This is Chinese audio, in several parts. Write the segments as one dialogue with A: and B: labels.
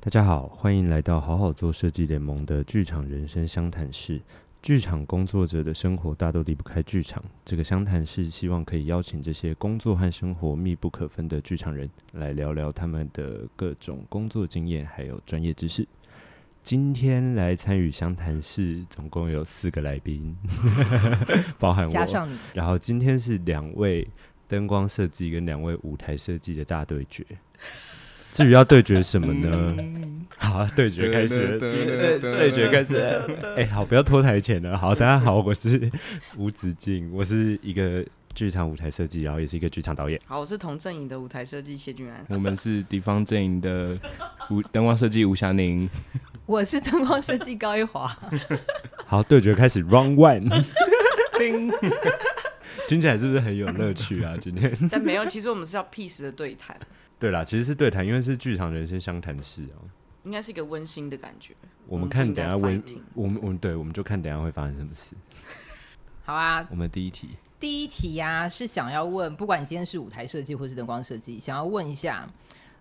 A: 大家好，欢迎来到好好做设计联盟的剧场人生相谈室。剧场工作者的生活大都离不开剧场，这个相谈室希望可以邀请这些工作和生活密不可分的剧场人来聊聊他们的各种工作经验，还有专业知识。今天来参与相谈室，总共有四个来宾， 包含我，
B: 加上你，
A: 然后今天是两位灯光设计跟两位舞台设计的大对决。至于要对决什么呢？好，对决开始，对对决开始。哎，好，不要拖台前了。好，大家好，我是吴子敬，我是一个剧场舞台设计，然后也是一个剧场导演。
C: 好，我是同阵营的舞台设计谢俊安。
D: 我们是敌方阵营的吴灯光设计吴霞宁，
B: 我是灯光设计高一华，
A: 好，对决开始，Round One。叮，听起来是不是很有乐趣啊？今天
C: 但没有，其实我们是要 peace 的对谈，
A: 对啦，其实是对谈，因为是剧场人生相谈室啊。
C: 应该是一个温馨的感觉。
A: 我们看等一下温
C: 嗯我们不应该 fighting，
A: 我们我们对，我们就看等一下会发生什么事。
B: 好啊。
A: 我们第一题，
B: 第一题呀、是想要问，不管你今天是舞台设计或是灯光设计，想要问一下，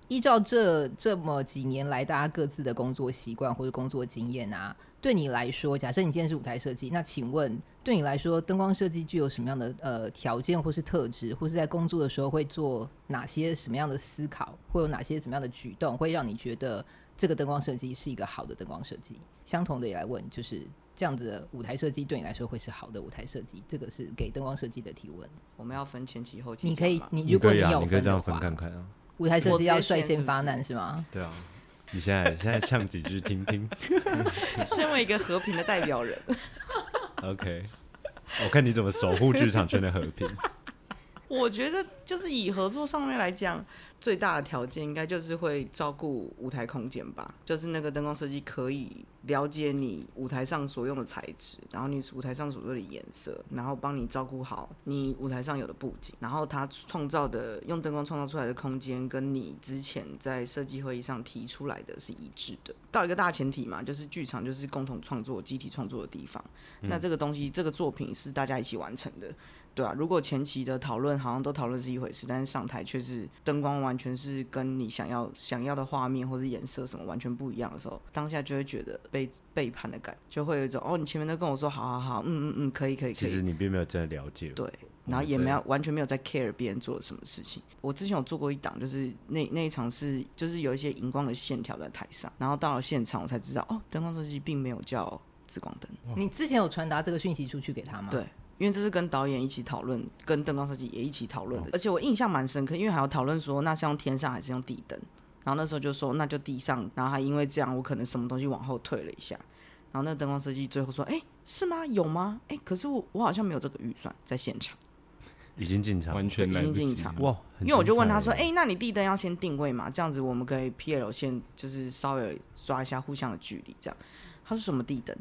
B: 依照这这么几年来大家各自的工作习惯或者工作经验啊，对你来说，假设你今天是舞台设计，那请问对你来说，灯光设计具有什么样的呃条件或是特质，或是在工作的时候会做哪些什么样的思考，会有哪些什么样的举动，会让你觉得这个灯光设计是一个好的灯光设计？相同的也来问，就是这样子的舞台设计对你来说会是好的舞台设计，这个是给灯光设计的提问。
C: 我们要分前期后期，
B: 你可以，你
A: 你
B: 如果
A: 可
B: 你
A: 以啊，
B: 有
A: 你可以
B: 分
A: 这
B: 的
A: 样分
B: 话，
A: 看看啊。
B: 舞台设
C: 我
B: 计
C: 直
B: 要
C: 接
B: 率
C: 先是
B: 先
C: 不
B: 发
C: 是
B: 难是吗？
A: 对啊，你现在现在唱几句听 听。
C: 身为一个和平的代表人，
A: OK，我看你怎么守护剧场圈的和 平。
C: 我觉得就是以合作上面来讲，最大的条件应该就是会照顾舞台空间吧，就是那个灯光设计可以了解你舞台上所用的材质，然后你舞台上所用的颜色，然后帮你照顾好你舞台上有的布景，然后他创造的用灯光创造出来的空间，跟你之前在设计会议上提出来的是一致的。到一个大前提嘛，就是剧场就是共同创作、集体创作的地方，
A: 嗯
C: 那这个东西、这个作品是大家一起完成的。对啊，如果前期的讨论好像都讨论是一回事，但是上台却是灯光完全是跟你想要想要的画面或是颜色什么完全不一样的时候，当下就会觉得被背叛的感觉，就会有一种哦，你前面都跟我说好好好，嗯嗯嗯，可以可以可
A: 其
C: 以，
A: 实你并没有真的了解。
C: 对，然后也没有完全没有在 care 别人做了什么事情。我之前有做过一档，就是那那一场是就是有一些荧光的线条在台上，然后到了现场我才知道，哦，灯光设计并没有叫紫光灯，
B: 你之前有传达这个讯息出去给他吗？
C: 对因为这是跟导演一起讨论，跟灯光设计也一起讨论的。而且我印象蛮深刻，因为还有讨论说那是用天上还是用地灯，然后那时候就说那就地上，然后还因为这样我可能什么东西往后退了一下，然后那灯光设计最后说，哎、是吗？有吗？哎、可是我我好像没有这个预算，在现场。
A: 已经进场，
D: 完全来不
C: 已经进
D: 及
C: 场。
A: 哇！很
C: 因为我就问他
A: 精
C: 说：“
A: 彩欸
C: 哎、那你地灯要先定位嘛？这样子我们可以 PL 线就是稍微抓一下互相的距离，这样。”他说：“什么地灯？”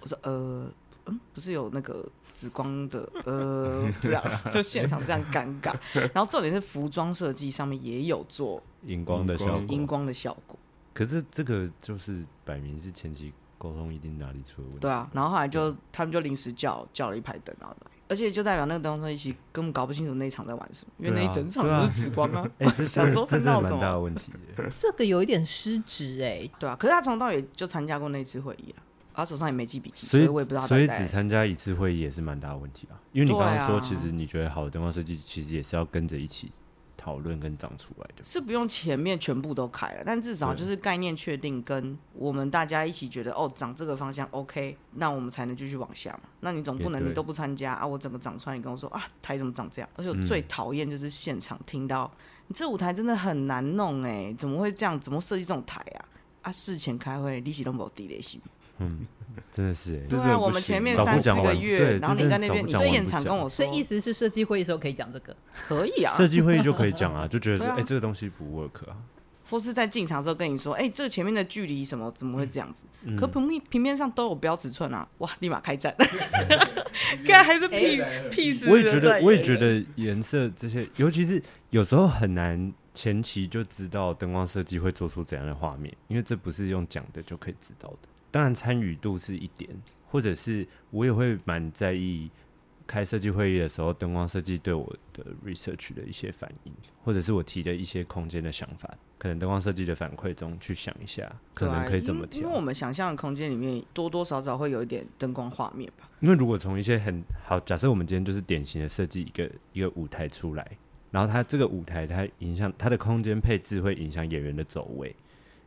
C: 我说：“呃，嗯，不是有那个紫光的，呃，这样就现场这样尴尬。然后重点是服装设计上面也有做
A: 荧光的效
D: 荧
C: 荧
A: 果，
C: 光的效果，
A: 可是这个就是摆明是前期沟通一定哪里出了问题。
C: 对啊。然后后来就他们就临时叫叫了一排灯，然后来。”而且就代表那个灯光设计根本搞不清楚那一场在玩什么，因为
A: 对
C: 那
A: 啊
C: 一整场
A: 对啊。
C: 都是紫光啊
A: 哎，这
C: 想
A: 是
C: 说
A: 这
C: 这
A: 是
C: 闹什
A: 蛮
C: 么
A: 大的问题的。
B: 这个有一点失职哎、
C: 对啊，可是他从头到尾就参加过那一次会议啊，他手上也没记笔记，
A: 所
C: 以
A: 以
C: 我也不知道他
A: 所以
C: 带
A: 只参加一次会议也是蛮大的问题啊。因为你刚
C: 对
A: 刚
C: 啊
A: 说，其实你觉得好的灯光设计，其实也是要跟着一起讨论跟长出来的。
C: 是不用前面全部都开了，但至少
A: 对
C: 就是概念确定，跟我们大家一起觉得哦，长这个方向 OK，那我们才能继续往下嘛。那你总
A: 也
C: 不能
A: 对
C: 你都不参加啊，我整个长出来，你跟我说啊，台怎么长这样？而且我最
A: 嗯
C: 讨厌就是现场听到、你这舞台真的很难弄哎、怎么会这样？怎么设计这种台啊？啊，事前开会，利息都没有低嘞，是
A: 真的是哎，
D: 真
C: 对
D: 的
C: 啊，
D: 不
C: 我们前面
A: 早不
C: 三四
A: 讲
C: 个
A: 晚对
C: 月，然后
A: 这
C: 你在那
A: 真的
C: 边，你
A: 早不讲
C: 现
A: 晚
C: 场
A: 不
C: 跟
A: 讲
C: 我说
B: 所以意思是设计会的时候可以讲这个，
C: 可以啊，
A: 设计会议就可以讲啊，就觉得
C: 对啊
A: 哎，这个东西不 work 啊。
C: 或是在进场之后跟你说，哎、这前面的距离什么
A: 嗯
C: 怎么会这样子？可平面平面上都有标尺寸啊，哇，立马 开战，看还是屁屁事。
A: 我也觉得，我也觉得颜色这些，尤其是有时候很难前期就知道灯光设计会做出怎样的画面，因为这不是用讲的就可以知道的。当然参与度是一点，或者是我也会蛮在意开设计会议的时候，灯光设计对我的 research 的一些反应，或者是我提的一些空间的想法，可能灯光设计的反馈中去想一下，可
C: 对啊
A: 能可以怎么
C: 因为？因为
A: 调
C: 我。们想象的空间里面多多少少会有一点灯光画面吧。
A: 因为如果从一些很好，假设我们今天就是典型的设计一个一个舞台出来，然后它这个舞台它影响它的空间配置会影响演员的走位，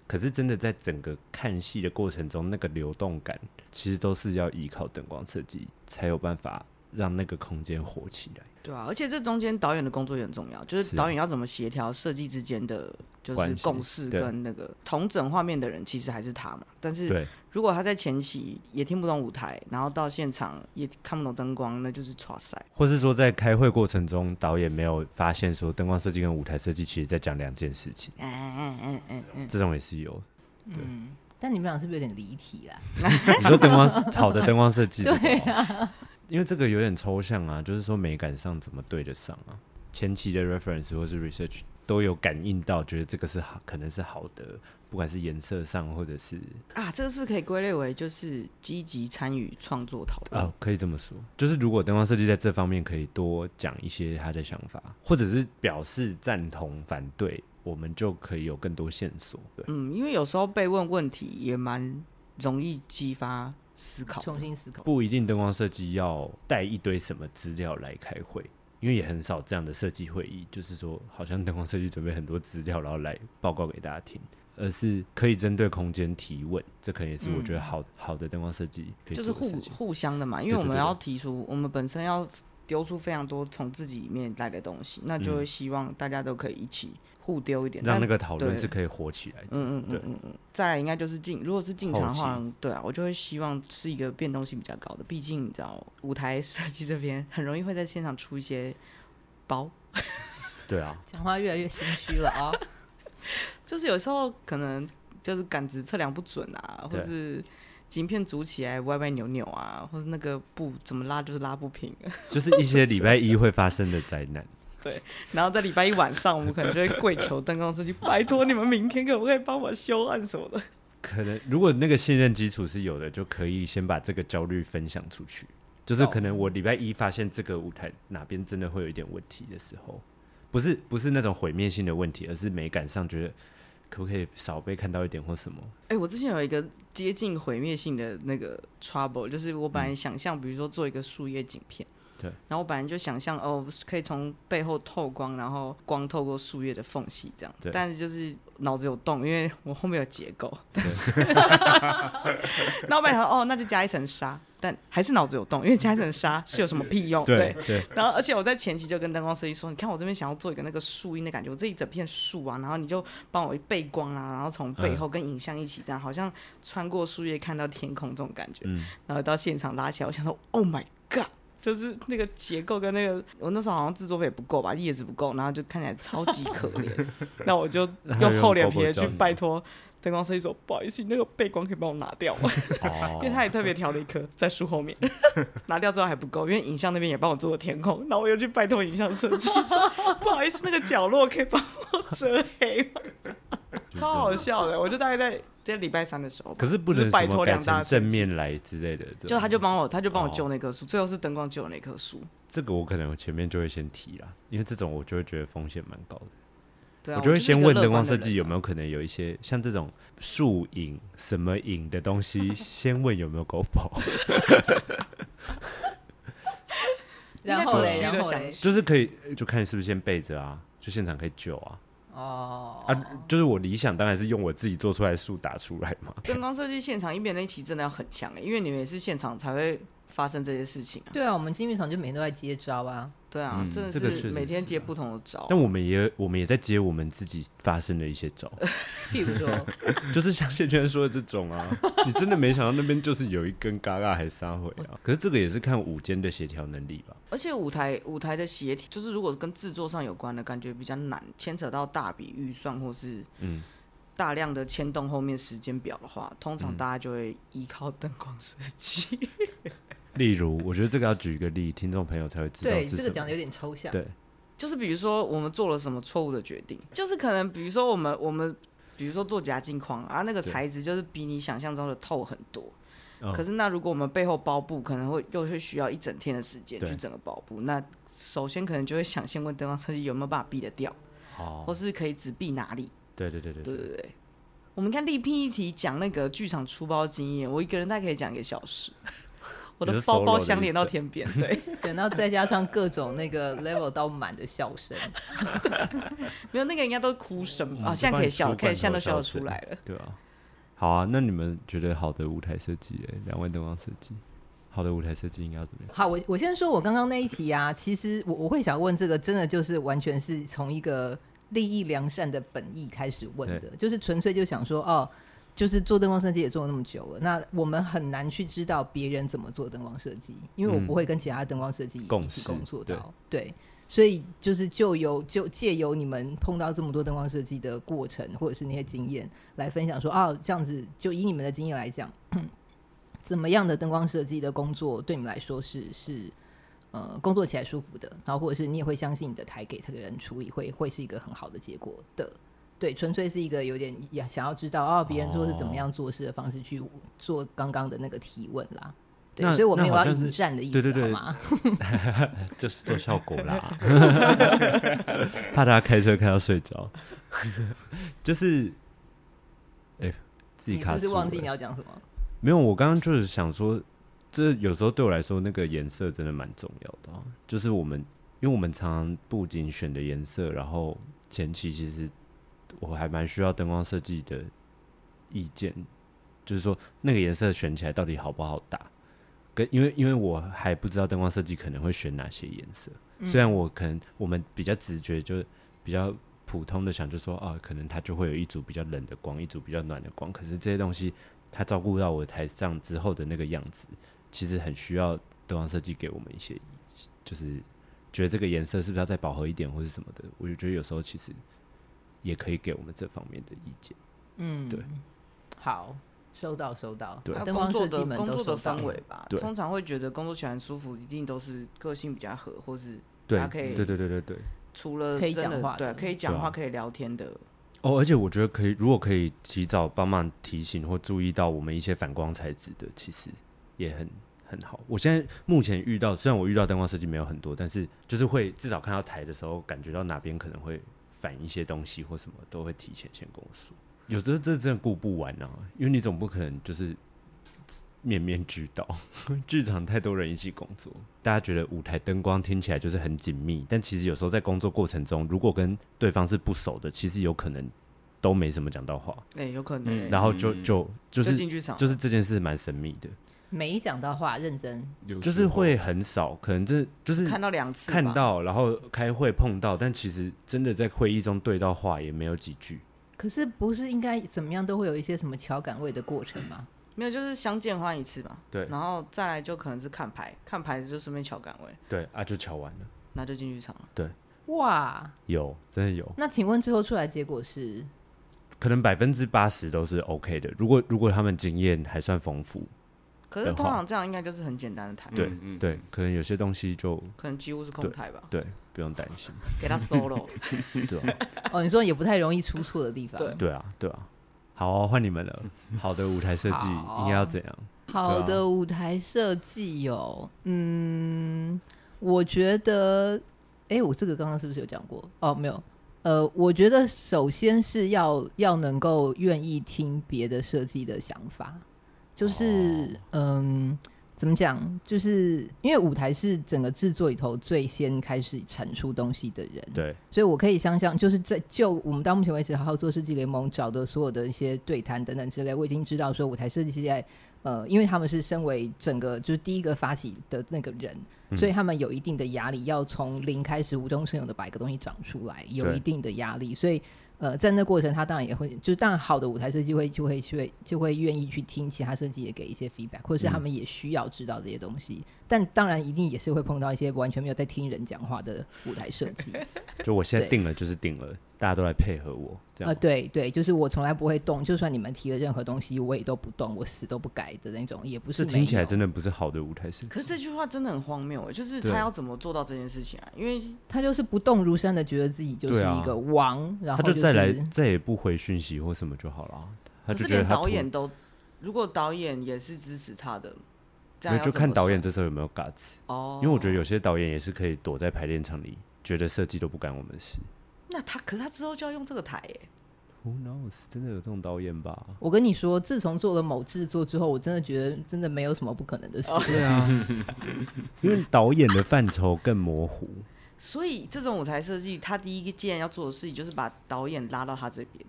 A: 可是真的在整个看戏的过程中，那个流动感其实都是要依靠灯光设计才有办法让那个空间活起来。
C: 对啊，而且这中间导演的工作也很重要，就是
A: 是
C: 导演要怎么协调设计之间的，就
A: 关
C: 是
A: 系
C: 共识
A: 对
C: 跟那个同整画面的人，其实还是他嘛。但是
A: 对，
C: 如果他在前期也听不懂舞台，然后到现场也看不懂灯光，那就是耍塞。
A: 或是说在开会过程中，导演没有发现说灯光设计跟舞台设计其实在讲两件事情，
C: 嗯嗯嗯嗯嗯，
A: 这种也是有。
B: 但你们俩是不是有点离题啦？
A: 你说灯光好的灯光设计，对啊，因为这个有点抽象啊，就是说美感上怎么对得上啊？前期的 reference 或是 research 都有感应到，觉得这个是好，可能是好的，不管是颜色上或者是
C: 啊，这个是不是可以归类为就是积极参与创作讨论？
A: 啊，可以这么说，就是如果灯光设计在这方面可以多讲一些他的想法，或者是表示赞同、反对，我们就可以有更多线索。对，
C: 嗯，因为有时候被问问题也蛮容易激发思考的。
B: 重新思考。
A: 不一定灯光设计要带一堆什么资料来开会，因为也很少这样的设计会议，就是说好像灯光设计准备很多资料，然后来报告给大家听，而是可以针对空间提问，这可能也是我觉得好、好的灯光设计可以
C: 就
A: 做的
C: 是互
A: 事情。
C: 互相的嘛，因为
A: 对
C: 我
A: 对
C: 们
A: 对
C: 要提出，我们本身要丢出非常多从自己里面来的东西，那就会希望大家都可以一起互丢一点，
A: 嗯让
C: 但
A: 那个讨论
C: 对
A: 是可以火起来的。
C: 嗯嗯
A: 对
C: 嗯嗯嗯，再来应该就是进，如果是进场的话
A: 后，
C: 对啊，我就会希望是一个变动性比较高的，毕竟你知道舞台设计这边很容易会在现场出一些包，
A: 对啊，
B: 讲话越来越心虚了 啊、
C: 就是有时候可能就是杆子测量不准啊，或
A: 对
C: 是镜片组起来歪歪扭扭啊，或是那个布怎么拉就是拉不平，
A: 就是一些礼拜一会发生的灾难。
C: 然后在礼拜一晚上，我们可能就会跪求灯光设计，拜托你们明天可不可以帮我修案什么的。
A: 可能如果那个信任基础是有的，就可以先把这个焦虑分享出去。就是可能我礼拜一发现这个舞台哪边真的会有一点问题的时候，不是不是那种毁灭性的问题，而是美感上觉得可不可以少被看到一点或什么。
C: 哎、我之前有一个接近毁灭性的那个 trouble，就是我本来想象，比如说做一个树叶景片，
A: 嗯对，
C: 然后我本来就想象哦，可以从背后透光，然后光透过树叶的缝隙这样
A: 对，
C: 但是就是脑子有洞，因为我后面有结构，但是， 然后我本来想说哦，那就加一层纱，但还是脑子有洞，因为加一 层纱是有什么屁用？对
A: 对，
C: 然后，而且我在前期就跟灯光设计说，你看我这边想要做一个那个树荫的感觉，我这一整片树啊，然后你就帮我背光啊，然后从背后跟影像一起这样，好像穿过树叶看到天空这种感觉。
A: 嗯
C: 然后到现场拉起来，我想说，Oh my god！就是那个结构跟那个，我那时候好像制作费也不够吧，叶子不够，然后就看起来超级可怜。 那我就用厚脸皮的去拜托灯光设计说，不好意思，你那个背光可以帮我拿掉吗？
A: 哦
C: 因为他也特别调了一颗在树后面， 拿掉之后还不够，因为影像那边也帮我做了天空，然后我又去拜托影像 设计说，不好意思，那个角落可以帮我遮黑 吗？超好笑的，我就大概在在礼拜三的时候吧，
A: 可是不
C: 就
A: 能
C: 拜
A: 什
C: 托
A: 么改
C: 两
A: 成
C: 大
A: 正
C: 设计，
A: 面来之类的。这种
C: 就他就帮我，他就帮我
A: 哦
C: 救那棵树，最后是灯光救了那棵树。
A: 这个我可能前面就会先提啦，因为这种我就会觉得风险蛮高的。
C: 对啊，
A: 我就会
C: 是一
A: 先
C: 个
A: 问
C: 乐
A: 灯光
C: 观的
A: 设
C: 人啊
A: 计有没有可能有一些像这种树影什么影的东 西，先问有没有狗跑，
B: 然后嘞，
C: 应该
B: 然后
C: 只是一个
B: 嘞，
A: 就是可以就看是不是先备着啊，就现场可以救啊
B: 哦，
A: 啊！就是我理想当然是用我自己做出来的树打出来嘛，
C: 灯光设计现场一边那一期真的要很强、欸，因为你们也是现场才会发生这些事情啊。
B: 对啊，我们金玉场就每天都在接招啊。
C: 对啊，
A: 嗯
C: 真的
A: 这个确
C: 是
A: 实
C: 每天
A: 是
C: 接
A: 啊
C: 不同的招。
A: 但我们也我们也在接我们自己发生的一些招，
B: 譬如说，
A: 就是像谢娟说的这种啊，你真的没想到那边就是有一根嘎嘎还杀回啊，可是这个也是看午间的协调能力吧。
C: 而且舞台舞台的协调，就是如果跟制作上有关的，感觉比较难，牵扯到大笔预算或是
A: 嗯
C: 大量的牵动后面时间表的话，通
A: 嗯
C: 常大家就会依靠灯光设计。
A: 例如，我觉得这个要举一个例，听众朋友才会知道
B: 对
A: 是
B: 这
A: 什
B: 个讲
A: 么
B: 的。有点抽象。
A: 对，
C: 就是比如说我们做了什么错误的决定，就是可能比如说我们我们比如说做夹镜框啊，那个
A: 对
C: 材质就是比你想象中的透很多。
A: 哦
C: 可是那如果我们背后包布，可能会又是需要一整天的时间
A: 对
C: 去整个包布。那首先可能就会想先问灯光设计有没有办法避得掉，或
A: 哦，
C: 是可以只避哪里。
A: 对对对对啊
C: 对对对。我们看力拼一题讲那个剧场出包经验，我一个人大概可以讲一个小时， 我
A: 你
C: 的
A: 是
C: 包
A: solo
C: 包
A: 的
C: 相
A: 意
C: 连到
A: 思
C: 天边。对，
B: 对，然后再加上各种那个 level 到满的笑声，
C: 没有那个应该都是哭声
A: 嗯
C: 啊，
A: 就
C: 现在
A: 帮
C: 可以
A: 你
C: 笑，
A: 出
C: 可以
A: 罐
C: 现
A: 头
C: 在都笑得
A: 笑
C: 出来了。
A: 对啊，好啊，那你们觉得好的舞台设计嘞？两位灯光设计，好的舞台设计应该要怎么样？
B: 好，我我先说，我刚刚那一题啊，其实我我会想问这个，真的就是完全是从一个利益良善的本意开始问的，就是纯粹就想说，哦，就是做灯光设计也做了那么久了，那我们很难去知道别人怎么做灯光设计，因为我
A: 嗯
B: 不会跟其他灯光设计
A: 共
B: 一起
A: 事
B: 工作到，
A: 对
B: 对。所以就是就由就借由你们碰到这么多灯光设计的过程，或者是那些经验来分享说，哦，这样子就以你们的经验来讲，怎么样的灯光设计的工作对你们来说是是呃工作起来舒服的，然后或者是你也会相信你的台给这个人处理会会是一个很好的结果的。对，纯粹是一个有点也想要知道哦，别人说是怎么样做事的方式去做刚刚的那个提问啦。对，
A: 那
B: 所以我没
A: 那
B: 有要
A: 好像是
B: 引战的意思，
A: 对对对
B: 好吗？
A: 就是做效果啦， 怕大家开车开到睡着， 就是，哎、自己
B: 你是
A: 卡
B: 不
A: 住
B: 是忘记
A: 了
B: 你要讲什么？
A: 没有，我刚刚就是想说，这有时候对我来说，那个颜色真的蛮重要的啊、就是我们，因为我们常常布景选的颜色，然后前期其实我还蛮需要灯光设计的意见，就是说那个颜色选起来到底好不好打。跟因为因为我还不知道灯光设计可能会选哪些颜色，虽然我可能我们比较直觉就比较普通的想就说啊，可能它就会有一组比较冷的光，一组比较暖的光，可是这些东西他照顾到我台上之后的那个样子，其实很需要灯光设计给我们一些，就是觉得这个颜色是不是要再饱和一点或是什么的，我就觉得有时候其实也可以给我们这方面的意见。
B: 嗯，
A: 对，
B: 好，收到收到，
A: 对
C: 还有
B: 灯
C: 啊
B: 光
C: 工作
B: 设计
C: 的
B: 们
C: 工
B: 都
C: 作
B: 收
C: 的
B: 到
C: 氛围吧，
A: 对
C: 通常会觉得工作起来很舒服，一定都是个性比较合，或是
A: 对
C: 他可以
A: 对对对对对。
C: 除了
B: 可以
C: 真
B: 讲
C: 的
B: 话
C: 对
B: 的
C: 可以讲
A: 对
C: 话、
A: 啊
C: 可以聊天的，
A: 哦，而且我觉得可以，如果可以提早帮忙提醒或注意到我们一些反光材质的，其实也很很好。我现在目前遇到，虽然我遇到灯光设计没有很多，但是就是会至少看到台的时候，感觉到哪边可能会反一些东西或什么，都会提前先跟我说。有时候这真的顾不完啊，因为你总不可能就是面面俱到， 剧场太多人一起工作，大家觉得舞台灯光听起来就是很紧密，但其实有时候在工作过程中，如果跟对方是不熟的，其实有可能都没什么讲到话，
C: 哎、有可能、欸
D: 嗯
A: 然后就
D: 嗯
A: 就就
C: 就是进剧场，
A: 就是这件事蛮神秘的，
B: 没讲到话，认真，
D: 有
A: 就
D: 时
A: 是
D: 候
A: 会很少，可能这就是
C: 看到两次吧，
A: 看到，然后开会碰到，但其实真的在会议中对到话也没有几句。
B: 可是不是应该怎么样都会有一些什么桥感位的过程吗？
C: 没有就是相见欢一次吧，
A: 对
C: 然后再来就可能是看牌，看牌就顺便瞧岗位，
A: 对啊，就瞧完了，
C: 那就进剧场了。
B: 哇，
A: 有真的有，
B: 那请问最后出来结果是？
A: 可能百分之八十都是 OK 的。如果如果他们经验还算丰富，
C: 可是
A: 的
C: 通
A: 话
C: 常这样应该就是很简单的台，
A: 对、
D: 嗯
A: 对，可能有些东西就
C: 可能几乎是空
A: 对
C: 台吧，
A: 对不用担心，
C: 给他 solo，
A: 对啊
B: 哦，你说也不太容易出错的地方。
C: 对
A: 对啊对啊。好、哦，换你们 了。好的舞台设计
B: 好
A: 应该要怎样？
B: 好
D: 对
B: 的舞台设计哦，嗯，我觉得，哎，我这个刚刚是不是有讲过？哦，没有。呃，我觉得首先是要要能够愿意听别的设计的想法，就是、嗯，怎么讲？就是因为舞台是整个制作里头最先开始产出东西的人，
A: 对，
B: 所以我可以想象，就是在就我们到目前为止好好做设计联盟找的所有的一些对谈等等之类，我已经知道说舞台设计系在呃，因为他们是身为整个就是第一个发起的那个人，
A: 嗯
B: 所以他们有一定的压力，要从零开始无中生有的把一个东西长出来，有
A: 对
B: 一定的压力，所以。呃，在那过程，他当然也会，就是当然好的舞台设计会就会就会就会愿意去听其他设计也给一些 feedback，或者是他
A: 嗯
B: 们也需要知道这些东西。但当然，一定也是会碰到一些完全没有在听人讲话的舞台设计。
A: 就我现在
B: 对
A: 定了就是定了，大家都来配合我这
B: 呃，
A: 样。
B: 对对，就是我从来不会动，就算你们提了任何东西，我也都不动，我死都不改的那种，也不是
A: 这
B: 没
A: 听起来
B: 有
A: 真的不是好的舞台设
C: 可是
A: 计。
C: 这句话真的很荒谬哎，就是
A: 对
C: 他要怎么做到这件事情啊？因为
B: 他就是不动如山的，觉得自己就是
A: 对啊
B: 一个王，然
A: 他就
B: 后
A: 再来
B: 是
A: 再也不回讯息或什么就好了啊，他
C: 可
A: 就是觉得
C: 连
A: 他
C: 导
A: 突
C: 演都如果导演也是支持他的，这
A: 因
C: 样
A: 为
C: 要
A: 就
C: 怎
A: 看
C: 么
A: 导演
C: 算
A: 这时候有没有 guts，
C: 哦，
A: 因为我觉得有些导演也是可以躲在排练场里，觉得设计都不干我们事。
C: 那他可是他之后就要用这个台欸耶，
A: Who knows？真的有这种导演吧？
B: 我跟你说，自从做了某制作之后，我真的觉得真的没有什么不可能的事。
C: 哦
A: 对啊，因为导演的范畴更模糊。
C: 所以这种舞台设计，他第一件要做的事情就是把导演拉到他这边，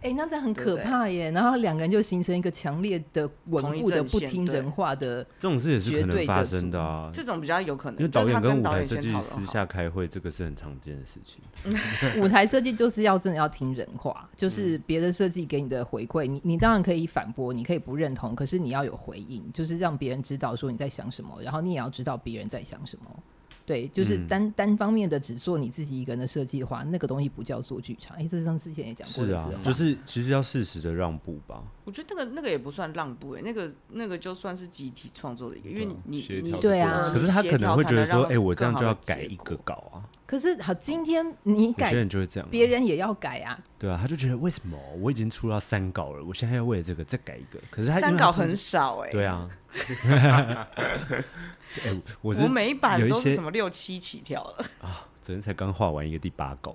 B: 哎、那这样很
C: 对
B: 可
C: 对
B: 怕耶！然后两个人就形成一个强烈的
C: 同
B: 稳
C: 一
B: 固的
C: 阵
B: 不
C: 线
B: 听
C: 对
B: 人话的，
A: 这种事也是可能发生的啊，
C: 这种比较有可能。
A: 因为导演
C: 就是他
A: 跟
C: 跟
A: 舞
C: 导
A: 台
C: 演
A: 设
C: 先
A: 计
C: 讨论
A: 私
C: 好
A: 下开会，这个是很常见的事情。
B: 舞台设计就是要真的要听人话，就是
A: 嗯
B: 别的设计给你的回馈，你你当然可以反驳，你可以不认同，可是你要有回应，就是让别人知道说你在想什么，然后你也要知道别人在想什么。对，就是
A: 嗯
B: 单、单方面的只做你自己一个人的设计的话，那个东西不叫做剧场。哎、这是上之前也讲过
A: 是
B: 的
A: 啊
B: 这
C: 哦
B: 种，
A: 就
B: 话
A: 是其实要适时的让步吧。
C: 我觉得那个那个也不算让步哎，那个那个就算是集体创作的一个，因为
D: 对啊
C: 你
D: 协
C: 你
D: 调的
B: 对啊
C: 嗯
A: 可是他可能会觉得说，
C: 协调才能让
A: 哎，我这样就要
C: 更好
A: 改
C: 的结
A: 一个
C: 果
A: 稿啊。
B: 可是好，今天你
A: 有些
B: 改，
A: 人就会这样啊，
B: 别人也要改啊。
A: 对啊，他就觉得为什么我已经出到三稿了，我现在要为了这个再改一个，可是他因为
C: 三
A: 他
C: 稿
A: 中
C: 很少哎，
A: 对，啊。 哎、我是
C: 我每一版
A: 有一
C: 都
A: 些
C: 是什么六七起跳了，
A: 昨天才刚画完一个第八 稿，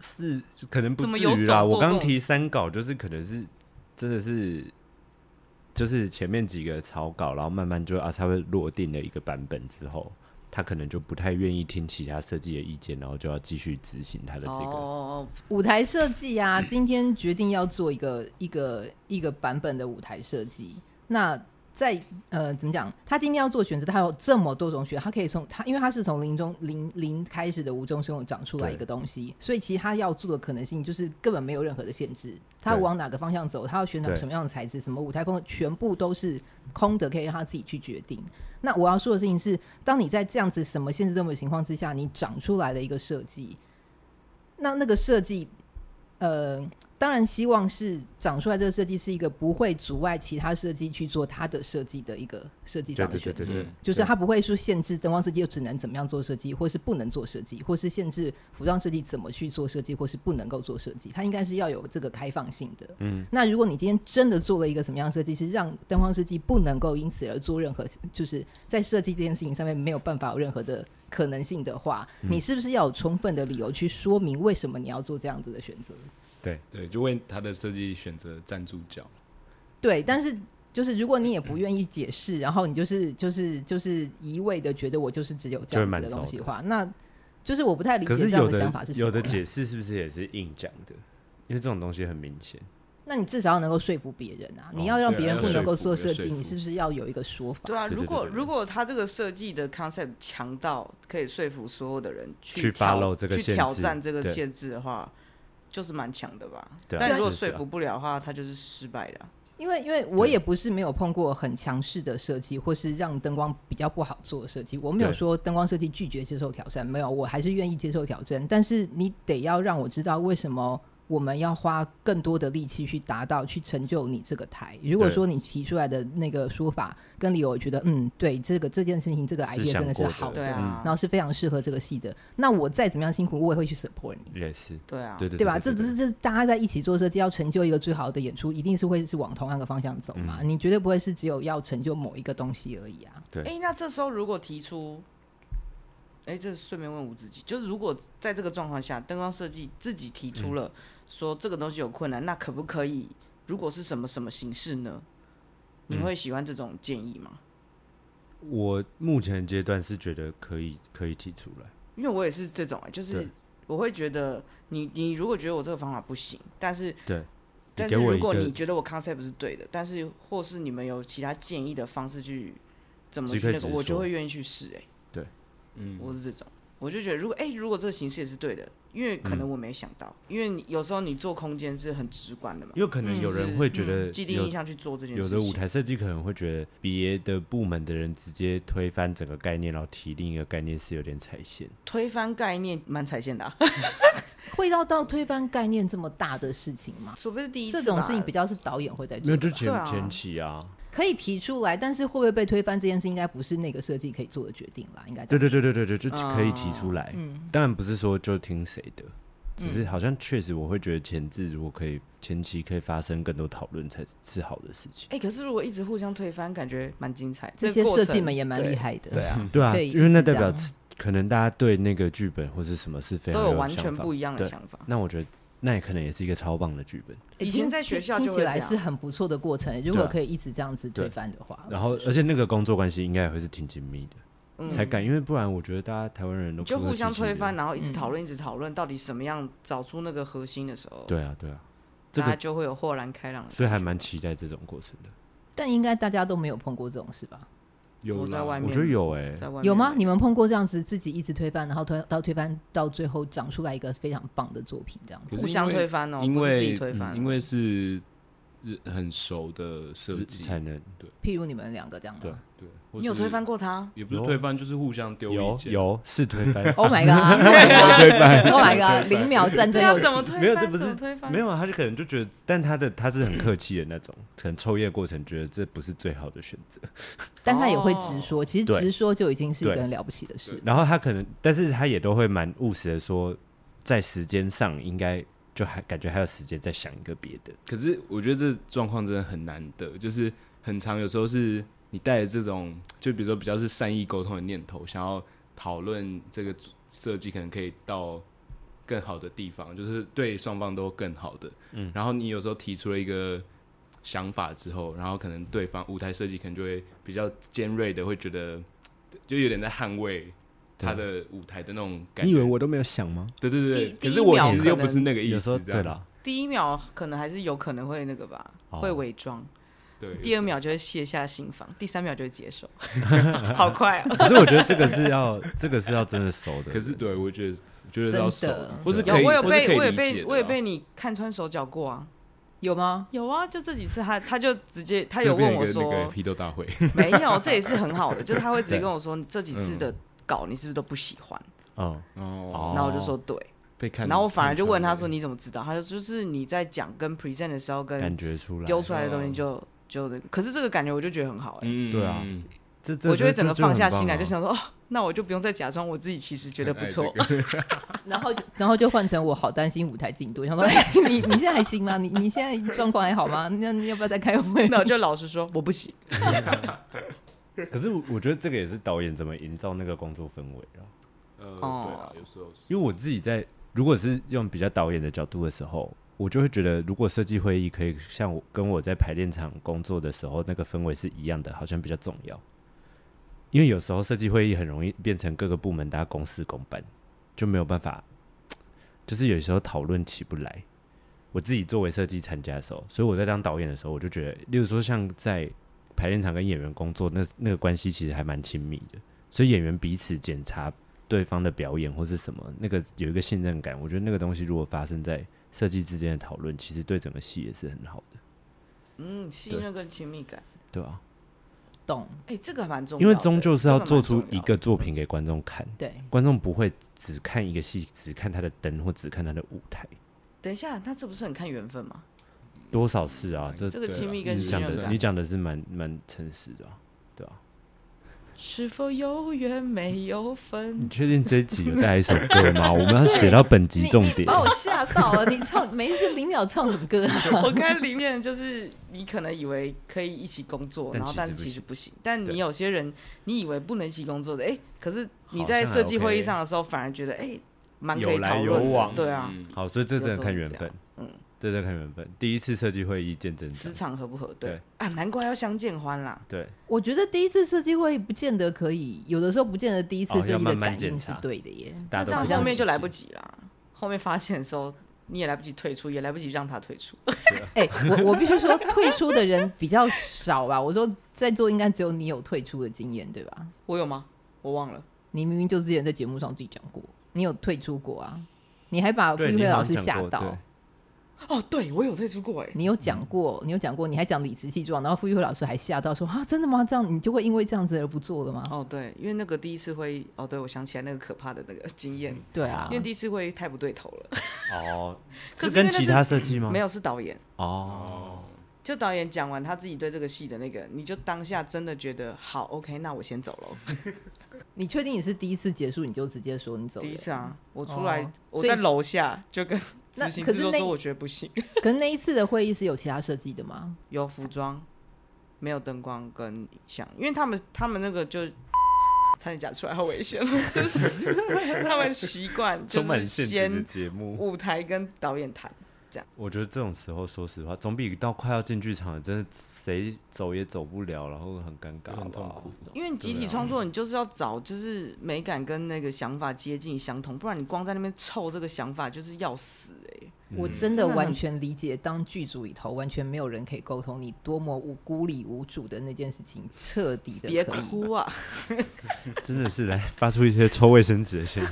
A: 是可能不
C: 怎么
A: 至
C: 有
A: 于
C: 种
A: 啦。
C: 做
A: 我刚
C: 这种
A: 提
C: 事
A: 三稿，就是可能是真的是就是前面几个草稿，然后慢慢就啊，他会落定了一个版本之后，他可能就不太愿意听其他设计的意见，然后就要继续执行他的这个。
C: 哦，
B: 舞台设计
A: 嗯
B: 啊，今天决定要做一个一个一个版本的舞台设计。那在呃怎么讲？他今天要做选择，他有这么多种选择，他可以从他，因为他是从零中零零开始的无中生有长出来
A: 对
B: 一个东西，所以其实他要做的可能性就是根本没有任何的限制。他
A: 对
B: 往哪个方向走，他要选
A: 对
B: 哪什么样的材质，什么舞台风，全部都是空的，可以让他自己去决定。那我要说的事情是，当你在这样子什么限制都没有的情况之下，你长出来的一个设计，那那个设计，呃，当然希望是长出来这个设计是一个不会阻碍其他设计去做它的设计的一个设计
A: 对
B: 上的
A: 对
B: 选
A: 对
B: 择
A: 对，对，
B: 就是它不会说限制灯光设计就只能怎么样做设计，或是不能做设计，或是限制服装设计怎么去做设计，或是不能够做设计，它应该是要有这个开放性的。嗯，那如果你今天真的做了一个什么样的设计，是让灯光设计不能够因此而做任何，就是在设计这件事情上面没有办法有任何的可能性的话，你是不是要有充分的理由去说明为什么你要做这样子的选择？
A: 对
D: 对，就为他的设计选择站住脚。
B: 对，但是就是如果你也不愿意解释，然后你就是就是就是一味的觉得我就是只有这
A: 就会
B: 样
A: 蛮
B: 子的
A: 糟
B: 东西
A: 的
B: 的话，那就是我不太理
A: 可
B: 解这
A: 是
B: 样
A: 有
B: 的想法是什么。哦
A: 有的解释是不是也是硬讲的？因为这种东西很明显。
B: 那你至少要能够说服别人啊！你
A: 哦
B: 要让
D: 对啊
B: 别人
D: 要
B: 不能
D: 说
B: 够
D: 服
B: 做
D: 要
B: 设
D: 说
B: 计，你
D: 服
B: 是不是要有一个说法？
C: 对啊，
A: 对对
C: 如果
A: 对对
C: 如果他这个设计的 concept 强到可以说服所有的人
A: 去
C: 挑
A: follow 这个限
C: 去挑
A: 制
C: 战这个
A: 对
C: 限制的话，就是蛮强的吧？
A: 对啊
C: 但如果
A: 是是
C: 说
A: 啊
C: 服不了的话，他就是失败的啊、
B: 因为因为我也不是没有碰过很强势的设计，或是让灯光比较不好做的设计。我没有
A: 对
B: 说灯光设计拒绝接受挑战，没有，我还是愿意接受挑战。但是你得要让我知道为什么我们要花更多的力气去达到、去成就你这个台。如果
A: 对
B: 说你提出来的那个说法跟理由，我觉得嗯，对这个这件事情，这个
A: 是
B: idea
A: 想
B: 真的是
A: 过的
B: 好
C: 对
B: 的，
C: 啊
B: 然，
A: 嗯
B: 后是非常适合这个戏的，那我再怎么样辛苦，我也会去 support 你。
A: 也是，
C: 对啊，
A: 对对
B: 哦对吧？这
A: 对
B: 这这，大家在一起做设计，要成就一个最好的演出，一定是会是往同样的方向走嘛。
A: 嗯
B: 你绝对不会是只有要成就某一个东西而已啊。
C: 哎、那这时候如果提出，哎、这顺便问我自己，就是如果在这个状况下，灯光设计自己提出了说这个东西有困难，那可不可以？如果是什么什么形式呢？你会喜欢这种建议吗？
A: 我目前的阶段是觉得可以可以提出来，
C: 因为我也是这种、欸，就是
A: 对
C: 我会觉得你你如果觉得我这个方法不行，但是
A: 对。
C: 但
A: 给
C: 是
A: 我
C: 如
A: 一
C: 果你
A: 个
C: 觉得我 concept 是对的，但是或是你们有其他建议的方式去怎么
A: 即
C: 去
A: 刻
C: 那个，
A: 直
C: 我就
A: 说
C: 会愿意去试、欸。哎，
A: 对，
C: 嗯，我是这种，我就觉得如果哎、如果这个形式也是对的，因为可
A: 嗯
C: 能我没想到，因为你有时候你做空间是很直观的嘛，
A: 因为可能有人会觉得
C: 嗯既定
A: 有
C: 印象去做这件事
A: 有
C: 情，
A: 的舞台设计可能会觉得别的部门的人直接推翻整个概念，然后提另一个概念是有点踩线。
C: 推翻概念蛮踩线的、啊，
B: 会到到推翻概念这么大的事情吗？
C: 除非是第一次
B: 这种
C: 吧
B: 事情比较是导演会在
A: 没
B: 做
A: 有，就
B: 的吧，
A: 前
C: 对啊
A: 前期啊，
B: 可以提出来，但是会不会被推翻这件事，应该不是那个设计可以做的决定啦。应该这
A: 对
B: 样
C: 嗯
A: 对对对对对，就可以提出来。当然不是说就听谁的，只是好像确实我会觉得前置如果可以前期可以发生更多讨论才是好的事情。
C: 哎、可是如果一直互相推翻，感觉蛮精彩。
B: 这
C: 个
B: 些
C: 过
B: 设
C: 程
B: 计们也蛮
C: 对
B: 厉害的。
C: 对啊，
A: 对啊，
B: 可以
A: 因为那
B: 一
A: 代
B: 直这
A: 表
B: 样
A: 可能大家对那个剧本或是什么是非常
C: 都有完全
A: 想法
C: 不。一样的
A: 对
C: 想法。
A: 那我觉得那也可能也是一个超棒的剧本。
B: 诶
C: 以前
B: 听
C: 在学
B: 听
C: 校就
B: 听
C: 会
B: 起
C: 这
B: 来
C: 样
B: 是很不错的过程。
A: 对
B: 如果
A: 啊
B: 可以一直这样子推
A: 对
B: 翻的话，
A: 然后，而且那个工作关系应该也会是挺紧密的，
C: 嗯
A: 才敢，因为不然我觉得大家台湾人都
C: 就
A: 客客
C: 互相
A: 气气的
C: 推翻，。然后一
B: 嗯
C: 直讨论，一直讨论，到底什么样找出那个核心的时候，
A: 对啊，对啊，这
C: 大
A: 个
C: 家就会有豁然开朗的感觉。
A: 所以还蛮期待这种过程的。
B: 但应该大家都没有碰过这种事吧？
D: 有
C: 我在
D: 啦，
C: 外面，
A: 我觉得有哎、
C: 在外面
B: 有吗？
C: 没
B: 你们碰过这样子自己一直推翻，然后推到推翻到最后长出来一个非常棒的作品，这样子
D: 可是
C: 互
D: 因
C: 相
D: 为
C: 推翻哦，
D: 因
C: 不是自己
D: 为
C: 推翻哦，
D: 嗯因为是日很熟的设
A: 只
D: 计，
A: 才能
B: 譬如你们两个这样吗，
A: 对
D: 对，或
C: 你有
D: 是
C: 推翻，过他，
D: 也不是推翻，就是互相丢意
A: 啊有
D: 见。
A: 有是推翻
B: ？Oh my god！Oh
D: 推翻
B: my god！零秒战争
C: 对啊，
B: 又
C: 怎么
B: 起。
C: 推翻？
A: 没有这不是
C: 怎么推翻？
A: 没有啊，他就可能就觉得，但他的他是很客气的那种，可能抽烟过程觉得这不是最好的选择，
B: 但他也会直说，其实
A: 对
B: 直说就已经是一个
A: 对
B: 很了不起的事。
A: 然后他可能，但是他也都会蛮务实的说，在时间上应该就还感觉还有时间再想一个别的，
D: 可是我觉得这状况真的很难得，就是很长，有时候是你带着这种，就比如说比较是善意沟通的念头，想要讨论这个组设计可能可以到更好的地方，就是对双方都更好的。嗯，然后你有时候提出了一个想法之后，然后可能对方舞台设计可能就会比较尖锐的，会觉得就有点在捍卫他的舞台的那种感觉。
A: 我都没有想吗？
D: 对对对，
C: 第
D: 可
C: 第
D: 是
C: 一
D: 我
C: 秒
D: 其实
C: 可
D: 又不是
C: 能
D: 那个意
A: 有时候
D: 思，这
A: 对
D: 样
A: 了，
C: 第一秒可能还是有可能会那个吧，
A: 哦
C: 会伪装。
D: 对，
C: 第
D: 有时
C: 二
D: 候
C: 秒就会卸下心防，第三秒就会接受，好快 哦！
A: 可是我觉得这个是要这个是要真的熟的，
D: 可是对我觉得，我觉得
B: 真
D: 要熟
B: 的，
D: 或是
C: 有
D: 可以，
C: 我有
D: 或是可
C: 被我
D: 以
C: 有
D: 理解
C: 被
D: 的
C: 我有
D: 啊
C: 被你看穿手脚过啊，
B: 有吗？
C: 有啊，就这几次他他就直接他
D: 这
C: 有
D: 变
C: 问我
D: 一个那个
C: 说
D: 批斗大会，
C: 没有，这也是很好的，就是他会直接
A: 对
C: 跟我说你这几次的稿你是不是都不喜欢，
A: 嗯，
D: 哦
A: 哦
C: 然后我就说对，
D: 被看，
C: 然后我反而就问他说你怎么知道，他就就是你在讲跟 present 的时候跟
A: 感觉出来，
C: 丢出来的东西就就那个，可是这个感觉我就觉得很好哎、
D: 嗯，嗯
A: 对啊
D: 嗯
A: 这这
C: 我就会整个放下心来，
A: 来，
C: 就想说、哦，那我就不用再假装我自己其实觉得不错。
D: 很爱这个
B: 然后就然后就换成我好担心舞台进度，想说、哎你你现在还行吗？你你现在状况还好吗？那你要不要再开会？
C: 那我就老实说，我不行。
A: 啊可是我我觉得这个也是导演怎么营造那个工作氛围啊，
D: 呃，
C: 哦
D: 对啊，有时候是
A: 因为我自己在如果是用比较导演的角度的时候，我就会觉得，如果设计会议可以像我跟我在排练场工作的时候那个氛围是一样的，好像比较重要。因为有时候设计会议很容易变成各个部门大家公事公办，就没有办法，就是有时候讨论起不来。我自己作为设计参加的时候，所以我在当导演的时候，我就觉得，例如说像在排练场跟演员工作，那那个关系其实还蛮亲密的，所以演员彼此检查对方的表演或是什么，那个有一个信任感。我觉得那个东西如果发生在设计之间的讨论，其实对整个戏也是很好的，
C: 嗯，信任跟亲密感，
A: 对吧、
B: 懂
C: 哎、这个还蛮重要的，
A: 因为终究是要
C: 这个
A: 做出
C: 蛮重要
A: 一个作品给观众看，
B: 对。
A: 观众不会只看一个戏，只看他的灯或只看他的舞台，
C: 等一下，那这不是很看缘分吗？
A: 多少是啊，这
C: 这个
D: 对啊
C: 亲密
D: 你
C: 跟
A: 你
C: 信
A: 讲
D: 讲
C: 任
A: 的
C: 感
A: 你讲的是蛮蛮诚实的、啊，对吧、
C: 是否有缘没有分
A: 你？确定这一集有带一首歌吗？我们要写到本集重
B: 你你
A: 点。
B: 把我吓到了！你唱每一次零秒唱什么歌啊？
A: 嗯
C: 我看里面就是你可能以为可以一起工作，
A: 但
C: 然后
A: 其
C: 但
A: 实
C: 是
A: 不
C: 其实
A: 行
C: 不行。但
A: 对
C: 你有些人你以为不能一起工作的，哎、可是你
A: 好
C: 在
A: 像
C: 设
A: 还
C: 计会议
A: OK
C: 上的时候，反而觉得哎，诶蛮、可
A: 有
C: 以
A: 来
C: 讨
A: 有
C: 论的
A: 往。
C: 对啊，
D: 嗯
A: 好，所以这真的看缘
C: 有时候
A: 分
C: 是，嗯，
A: 这真的看缘分。第一次设计会议见证
C: 磁
A: 长，
C: 场合不合？对
A: 对
C: 啊，难怪要相见欢啦。
A: 对，
B: 我觉得第一次设计会不见得可以，有的时候不见得第一次
A: 哦
B: 设
A: 要
B: 计的
A: 慢慢
B: 感应
A: 检
B: 是
A: 查
B: 对的耶。
A: 大
C: 那
A: 家都
C: 这样
A: 不一
C: 后面
A: 起
C: 就来
A: 吃
C: 不及啦，后面发现的时候你也来不及退出，也来不及让他退出。
B: 哎、我我必须说，退出的人比较少吧。我说在座应该只有你有退出的经验，对吧？
C: 我有吗？我忘了。
B: 你明明就之前在节目上自己讲过，你有退出过啊？你还把傅
A: 对
B: 玉
A: 你
B: 慧
A: 好像
B: 老师
A: 讲
B: 吓
A: 过对
B: 到，
C: 哦，对我有退出过哎。
B: 你有讲过，你有讲过，你还讲理直气壮，然后傅玉慧老师还吓到说啊，真的吗？这样你就会因为这样子而不做了吗？
C: 哦，对，因为那个第一次会议，哦，对，我想起来那个可怕的那个 经验，
B: 对啊
C: 因，为第一次会议太不对头了，
A: 哦，
C: 可
A: 是
C: 是
A: 跟
C: 因为那
A: 其
C: 是
A: 他设计吗？
C: 没有是导演，
A: 哦，
C: 就导演讲完他自己对这个戏的那个，你就当下真的觉得好，OK，那我先走了。
B: 你确定你是第一次结束你就直接说你走
C: 第一
B: 人？
C: 次啊，我出来，
B: 哦
C: 我
B: 所以
C: 在楼下就跟
B: 那
C: 执行
B: 可是
C: 制作
B: 那
C: 说，我觉得不行。
B: 可是那一次的会议是有其他设计的吗？
C: 有服装，没有灯光跟影像，因为他们他们那个就差点讲出来，好危险哦，就是 他们习惯就
A: 充满
C: 是
A: 陷阱的
C: 先
A: 节目。
C: 舞台跟导演谈，
A: 我觉得这种时候，说实话，总比到快要进剧场了，真的谁走也走不了，然后很尴尬，
D: 很痛
A: 好不好
D: 苦。
C: 因为集体
A: 啊
C: 创作你就是要找就是美感跟那个想法接近相同，不然你光在那边凑这个想法就是要死哎、
B: 我
A: 嗯
B: 真
C: 真
B: 的
C: 的很
B: 完全理解，当剧组里头完全没有人可以沟通，你多么无孤立无主的那件事情，彻底的
C: 别 哭啊！
A: 真的是来发出一些抽卫生纸的声音。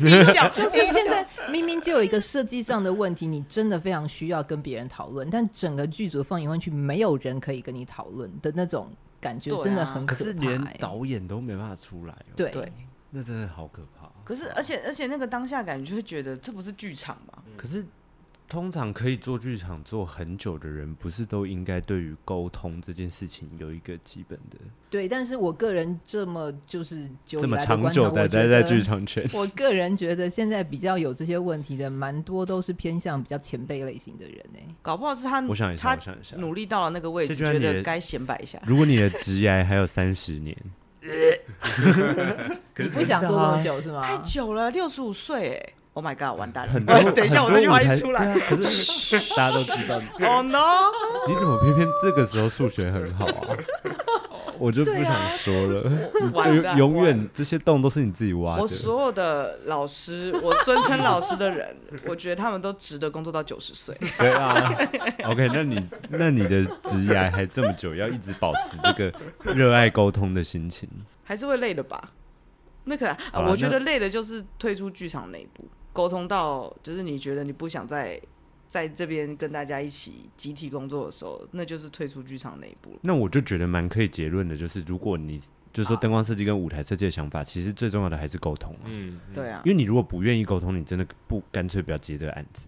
C: 你想
B: 哎就是现在明明就有一个设计上的问题，你真的非常需要跟别人讨论，但整个剧组放眼望去，没有人可以跟你讨论的那种感觉
C: 对，啊
B: 真的很
A: 可
B: 怕、
A: 是连
B: 欸。
A: 导演都没办法出来、哦，，
B: 对
C: 对，
A: 那真的好可怕。哦
C: 可是而且而且那个当下感觉就会觉得这不是剧场嘛，
A: 可是通常可以做剧场做很久的人，不是都应该对于沟通这件事情有一个基本的
B: 对，但是我个人这么就是久以
A: 这么
B: 来的
A: 长
B: 观
A: 久
B: 察
A: 的
B: 我
A: 待
B: 觉
A: 在
B: 得
A: 剧场圈？
B: 我个人觉得现在比较有这些问题的，蛮多都是偏向比较前辈类型的人哎、
C: 搞不好是他
A: 我想一下，
C: 他
A: 我想一下。
C: 努力到了那个位置，
A: 谢君安啊
C: 觉
A: 你嗯
C: 得
A: 的
C: 该显摆一下。
A: 如果你的职涯还有三十年，
B: 你不想做这
A: 啊
B: 么久是
C: 太
B: 吗？
C: 久了，六十五岁哎！Oh my god，完蛋了！
A: 很多
C: 我等一下，我这句话一出来
A: 很多舞台对啊可是大家都知道，
C: ，Oh no！
A: 你怎么偏偏这个时候数学很好啊？我就不
B: 对啊
A: 想说了，
C: 完蛋，
A: 永永
C: 完
A: 远
C: 蛋
A: 这些洞都是你自己挖的。
C: 我所有的老师，我尊称老师的人，我觉得他们都值得工作到九十岁。
A: 对啊，OK，那你那你的职涯还这么久，要一直保持这个热爱沟通的心情。
C: 还是会累的吧？那个、啊
A: 好啦
C: 我觉得累的就是退出剧场内部，沟通到就是你觉得你不想再在这边跟大家一起集体工作的时候，那就是退出剧场内部了。
A: 那我就觉得蛮可以结论的，就是如果你就是说灯光设计跟舞台设计的想法，其实最重要的还是沟通啊、
D: 嗯，嗯
C: 对啊
A: 因，为你如果不愿意沟通，你真的不干脆不要接这个案子。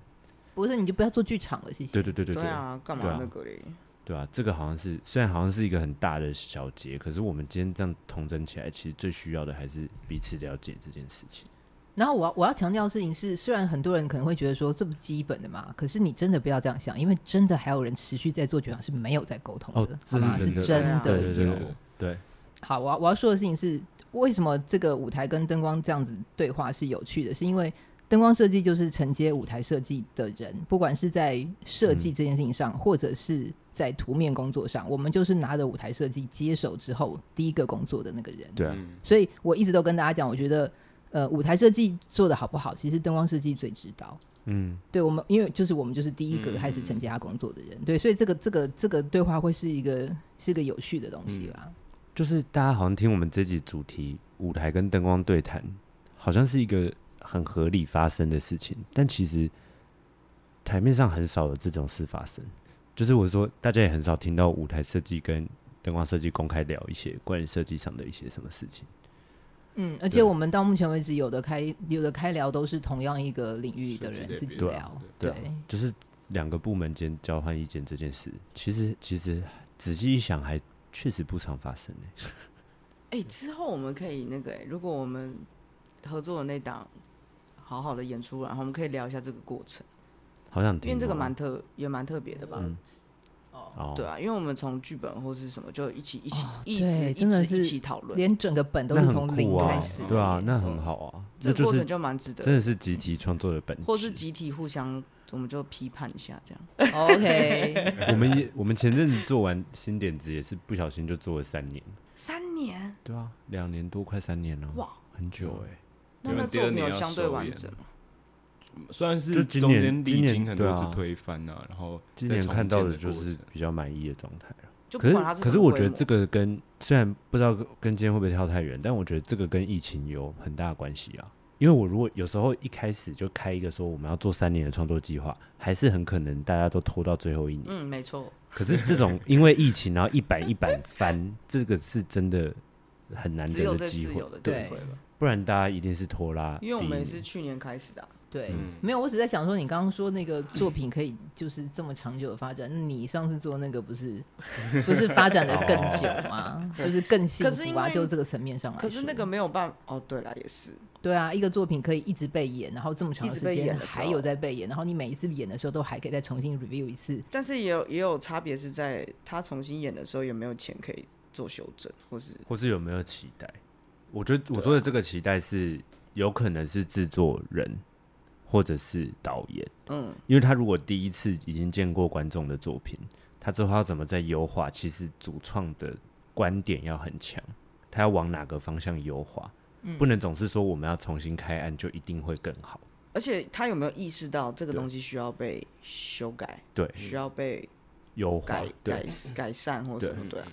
B: 不是，你就不要做剧场了，谢谢。
A: 对对对对
C: 对
A: 对，
C: 啊，干
A: 对
C: 嘛
A: 啊
C: 那个嘞？
A: 对啊，这个好像是虽然好像是一个很大的小节，可是我们今天这样统整起来，其实最需要的还是彼此了解这件事情。
B: 然后我要我要强调的事情是，虽然很多人可能会觉得说这不是基本的嘛，可是你真的不要这样想，因为真的还有人持续在做剧场是没有在沟通的，
A: 哦
B: 好吗？
A: 这是真
B: 是
A: 的
B: 真
C: 对啊
A: 对
B: 的。
A: 对
D: 真
A: 对
D: 的
A: 对，
B: 好，我要我要说的事情是，为什么这个舞台跟灯光这样子对话是有趣的？是因为灯光设计就是承接舞台设计的人，不管是在设计这件事情上，或者是在图面工作上，我们就是拿着舞台设计接手之后第一个工作的那个人。
A: 对啊，
D: 嗯
B: 所以我一直都跟大家讲，我觉得呃，舞台设计做的好不好，其实灯光设计最知道。
A: 嗯，
B: 对我们，因为就是我们就是第一个
D: 嗯
B: 开始承接他工作的人，对，所以这个这个这个对话会是一个是一个有趣的东西啦。
A: 就是大家好像听我们这集主题舞台跟灯光对谈，好像是一个很合理发生的事情，但其实台面上很少有这种事发生。就是我说，大家也很少听到舞台设计跟灯光设计公开聊一些关于设计上的一些什么事情。
B: 嗯，而且
A: 对
B: 我们到目前为止有的开有的开聊都是同样一个领域的人
D: 设计类
B: 自己
D: 别
A: 对
B: 聊，
A: 对啊就是两个部门间交换意见这件事，其实其实仔细一想，还确实不常发生、欸、
C: 哎、之后我们可以那个、欸，如果我们合作的那档好好的演出，然后我们可以聊一下这个过程，
A: 好想听哦、
C: 因为这个蛮特也蛮特别的吧。
A: 嗯哦，
C: 对啊，因为我们从剧本或是什么就一起一起、
B: 哦
C: 一
B: 对
C: 直
B: 真的
C: 一直一
B: 是
C: 起讨论，
B: 连整个本都
A: 那
B: 是
A: 很
B: 从零
A: 酷
B: 开
A: 啊
B: 始的耶，
A: 对啊，那很好啊，
C: 这
A: 那
C: 个
A: 就
C: 过
A: 是
C: 程就蛮值得
A: 真的是集体创作的本质。
C: 或是集体互相，我们就批判一下这样。
A: 啊
B: OK，
A: 我们也我们前阵子做完新点子，也是不小心就做了三年。
C: 三年
A: 对啊，两年多，快三年了，
C: 哇，
A: 很久
D: 嗯
A: 哎、
C: 那
D: 原
C: 那
D: 本第
C: 作
D: 二
C: 品
D: 年
C: 有
D: 要
C: 相对
D: 收
C: 完
D: 演
C: 整吗？
D: 虽然
A: 就是今
D: 中
A: 年
D: 间
A: 今
D: 历
A: 年
D: 经很
A: 对
D: 多次
A: 啊
D: 推翻啊，然后
A: 今
D: 再
A: 年
D: 重
A: 看到
D: 建
A: 的
D: 的
A: 就
D: 过
A: 是
D: 程
A: 比较满意的状态了。
C: 就
A: 可
C: 不管它
A: 是可
C: 什
A: 是
C: 么
A: 我
C: 规
A: 觉得
C: 模
A: 这个跟虽然不知道跟今天会不会跳太远，但我觉得这个跟疫情有很大的关系啊。因为我如果有时候一开始就开一个说我们要做三年的创作计划，还是很可能大家都拖到最后一年。
C: 嗯，没错，
A: 可是这种因为疫情然后一版一版翻，这个是真的很难
C: 只
A: 得
C: 有这
A: 的机
C: 次
A: 会
C: 有，的机
B: 对
C: 会了，
A: 不然大家一定是拖拉第一
C: 因为
A: 年。
C: 我们也是去年开始的啊、
B: 对，
D: 嗯
B: 没有，我只在想说，你刚刚说那个作品可以就是这么长久的发展，那你上次做那个不 是不是发展的更久吗？
C: 哦
B: 就是更幸
C: 可是
B: 福
C: 因
B: 吧，
C: 为
B: 就这个层面上来说。
C: 可是那个没有办哦，对了，也是，
B: 对啊，一个作品可以一直被演，然后这么长
C: 一直
B: 时
C: 被
B: 间
C: 演的时候
B: 还有在被演，然后你每一次演的时候都还可以再重新 review 一 次。
C: 但是也有也有差别是在他重新演的时候有没有钱可以做修正，或是
A: 或是有没有期待？我觉
C: 啊
A: 得我说的这个期待是有可能是制作人或者是导演，
C: 嗯，
A: 因为他如果第一次已经见过观众的作品，他之后要怎么再优化，其实主创的观点要很强，他要往哪个方向优化，
C: 嗯
A: 不能总是说我们要重新开案就一定会更好。
C: 而且他有没有意识到这个
A: 对
C: 东西需要被修改，
A: 对，
C: 需要被
A: 优化
C: 改
A: 对嗯
C: 改改善或什么？对啊，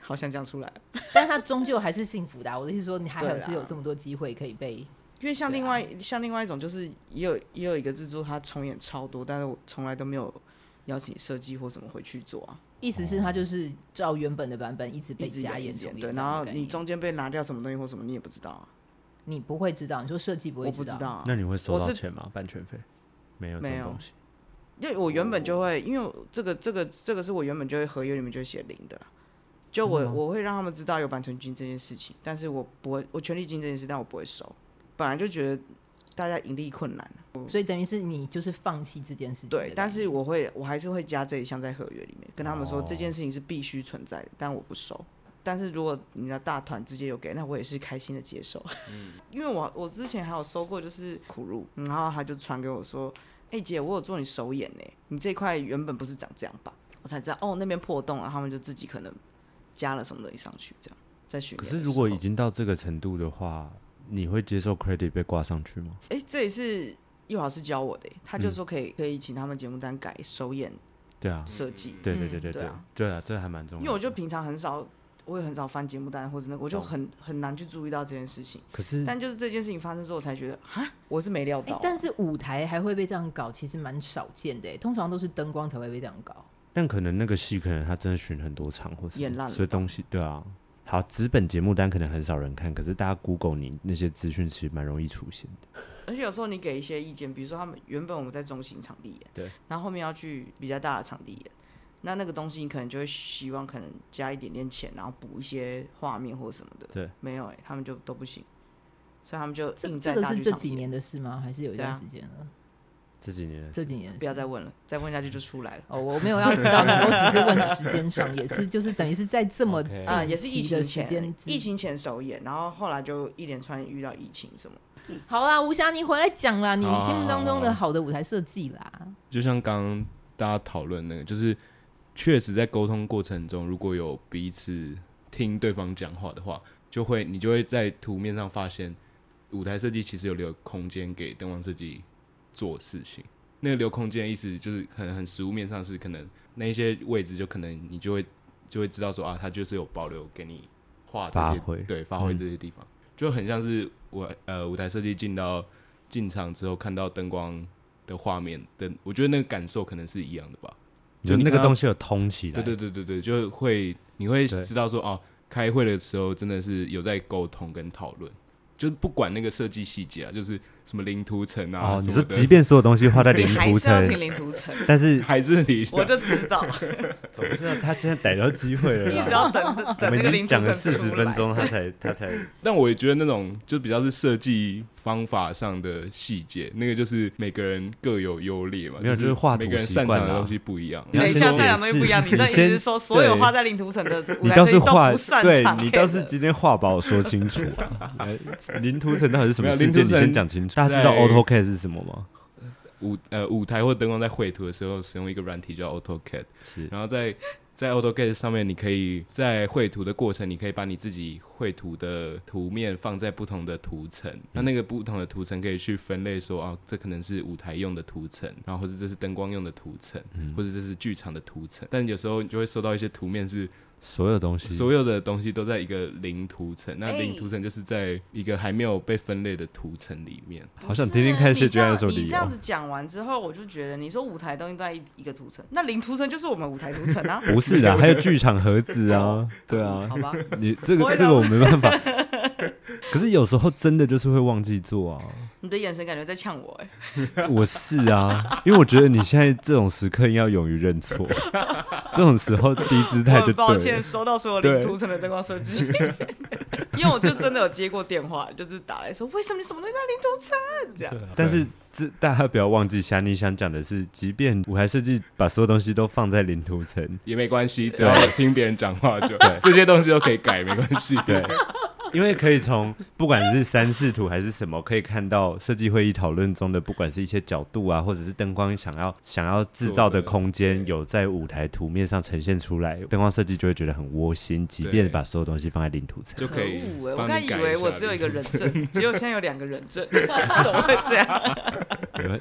C: 好想这样出来，
B: 但他终究还是幸福的啊、我的意思说，你还有
C: 对啦
B: 是有这么多机会可以被
C: 因为像
B: 对啊
C: 另外、像另外一种就是也有也有一个制作他重演超多，但是我从来都没有邀请设计或什么回去做啊，
B: 意思是他就是照原本的版本一直被
C: 一直
B: 加
C: 演一
B: 演
C: 直
B: 重
C: 演
B: 演
C: 对，
B: 这样
C: 然后
B: 的概念
C: 你中间被拿掉什么东西或什么你也不知道啊，
B: 你不会知道，你说设计不会
C: 我不知道啊，
A: 那你会收
C: 我
A: 到
C: 是
A: 钱吗？版权费？没有这
C: 没
A: 种
C: 有
A: 东西。
C: 因为我原本就会，因为我这个这个这个是我原本就会合约里面就会写零的啦，就我我会让他们知道有版权金这件事情，但是我不会我权利金这件事，但我不会收，本来就觉得大家盈利困难，
B: 所以等于是你就是放弃这件事情的概念。
C: 对，但是我会我还是会加这一项在合约里面，跟他们说这
A: 哦
C: 件事情是必须存在的，但我不收。但是如果你的大团直接有给，那我也是开心的接受。
A: 嗯
C: 因为我我之前还有收过就是苦路，然后他就传给我说：“哎、姐，我有做你手眼呢、你这块原本不是长这样吧？”我才知道哦，那边破洞了，他们就自己可能加了什么东西上去，这样在巡
A: 可
C: 演的时
A: 是
C: 候。
A: 如果已经到这个程度的话，你会接受 credit 被挂上去吗？
C: 哎、这也是叶老师教我的欸、他
A: 嗯
C: 就说可以、可以请他们节目单改手眼
A: 对啊，
C: 设计，
A: 对对对对
C: 对
A: 对
C: 啊，
A: 对啊，这还蛮重要的。
C: 因为我就平常很少，我也很少翻节目单或者那个，我就很很难去注意到这件事情。
A: 可是
C: 但就是这件事情发生之后，我才觉得啊，我是没料
B: 哎、
C: 到啊、
B: 但是舞台还会被这样搞，其实蛮少见的耶。欸通常都是灯光才会被这样搞。
A: 但可能那个戏可能他真的巡很多场或什
C: 演
A: 么，
C: 烂了
A: 所以东西对啊。好，纸本节目单可能很少人看，可是大家 Google 你那些资讯其实蛮容易出现的。
C: 而且有时候你给一些意见，比如说他们原本我们在中型场地演，
D: 对，
C: 然后后面要去比较大的场地演，那那个东西你可能就会希望可能加一点点钱，然后补一些画面或什么的。
A: 对，
C: 没有哎、他们就都不行，所以他们就
B: 这
C: 硬
B: 这
C: 在
B: 个
C: 大
B: 是
C: 剧
B: 这
C: 场
B: 几
C: 演
B: 年的事吗？还是有一段
C: 对啊
B: 时间了？
A: 这几年的
B: 这
A: 事
B: 几年的
C: 不要
B: 事
C: 再问了，再问下去就出来了。
B: 哦，我没有要知道你，我只是问时间上，也 是就是等于 是在这么
A: OK
C: 啊、
B: 近
C: 也是疫
B: 期的
C: 情
B: 时间
C: 前，
B: 之
C: 疫情前首演，然后后来就一连串遇到疫情什么。
B: 好啦，吴霞，你回来讲啦，你
D: 好
B: 心目当中
D: 好好
B: 的
D: 好
B: 好的舞台设计啦。
D: 就像刚刚大家讨论那个，就是确实在沟通过程中，如果有彼此听对方讲话的话，就会你就会在图面上发现，舞台设计其实有留空间给灯光设计做事情。那个留空间的意思就是可能很实物面上是可能那一些位置就可能你就会就会知道说啊，他就是有保留给你画这
A: 发
D: 些
A: 挥
D: 对发挥这些地方，就很像是我呃舞台设计进到进场之后看到灯光的画面的，我觉得那个感受可能是一样的吧。
A: 就
D: 你
A: 那个
D: 刚刚
A: 东西有通起来，
D: 对对对对对，就会你会
A: 对
D: 知道说哦，开会的时候真的是有在沟通跟讨论，就是不管那个设计细节啊，就是什么零图层啊，
A: 哦，
D: 什
A: 你
D: 么
A: 说
D: 的
A: 即便所有东西画在
C: 你
A: 零
C: 还
A: 图
C: 是要听
A: 层，
C: 零图层，
A: 但是
D: 还是你
C: 我就 知道，
A: 总是要他现在逮到机会
C: 你
A: 了啦。
C: 只要等等
A: 啊我
C: 等
A: 们
C: 那
A: 已
C: 个
A: 经
C: 零
A: 讲
C: 图
A: 了
C: 层
A: 四十
C: 出
A: 分
C: 来。
A: 钟，他才他才
D: 但我也觉得那种就比较是设计方法上的细节，那个就是每个人各有优劣嘛，
A: 没有
D: 就
A: 就是
D: 是
A: 画图
D: 每个人
A: 习
D: 擅
A: 惯
D: 长的
A: 啦
D: 东西不一样。
A: 你要
C: 等一下，
A: 先
C: 擅
A: 解
C: 长东西 不一样。
A: 释
C: 你这
A: 你
C: 意思
A: 先
C: 是说，所有
A: 对
C: 画在领图层的舞
A: 你
C: 台设
A: 倒
C: 计
A: 是
C: 都
A: 画，
C: 不擅
A: 对
C: 长？
A: 你
C: 可以
A: 倒是
C: 的
A: 今天话把我说清楚 啊！来零图层到底是什
D: 没
A: 么
D: 有
A: 世
D: 零
A: 界？
D: 图
A: 你
D: 层
A: 先讲清楚。大家知道
D: 在
A: AutoCAD 是什么吗？
D: 舞呃舞台或灯光在绘图的时候，使用一个软体叫 AutoCAD，
A: 是
D: 然后在在 AutoCAD 上面，你可以在绘图的过程，你可以把你自己绘图的图面放在不同的图层，那那个不同的图层可以去分类说啊，这可能是舞台用的图层，然后或者这是灯光用的图层，或者这是剧场的图层。但有时候你就会收到一些图面是
A: 所有东西，
D: 所有的东西都在一个零图层，那
C: 哎
D: 零图层就是在一个还没有被分类的图层里面。
A: 好想听听看谢娟有什么
C: 你
A: 理
C: 这样
A: 由
C: 子。讲完之后，我就觉得你说舞台东西都在一一个图层，那零图层就是我们舞台图层啊
A: ，不是的，还有剧场盒子啊，对啊
C: 好，吧？
A: 你这
C: 我
A: 个
C: 也
A: 这个我没办法，可是有时候真的就是会忘记做啊。
C: 你的眼神感觉在呛我哎、
A: 我是啊，因为我觉得你现在这种时刻要勇于认错， 这种时候低姿态
C: 欸我
A: 就
C: 很抱
A: 对
C: 歉
A: 了。
C: 收到所 有
A: 对
C: 领图层的灯光设 计，因为我就真的有接过电话，就是打来说为什么你什么东西在领图层这样。
A: 但是这大家不要忘记，霞妮想讲的是，即便舞台设计把所有东西都放在领图层，
D: 也没关系，只要听别人讲话就这些东西都可以改，没关系。对，
A: 因为可以从不管是三视图还是什么，可以看到设计会议讨论中的，不管是一些角度啊，或者是灯光想要想要制造的空间，有在舞台图面上呈现出来，灯光设计就会觉得很窝心，即便把所有东西放在领图层。
D: 就可以
C: 恶哎、我
D: 帮
C: 刚
D: 你
C: 以
D: 改
C: 为
D: 下
C: 我只有一个
D: 领
C: 人证， 结果现在有两个人证， 怎么会这样？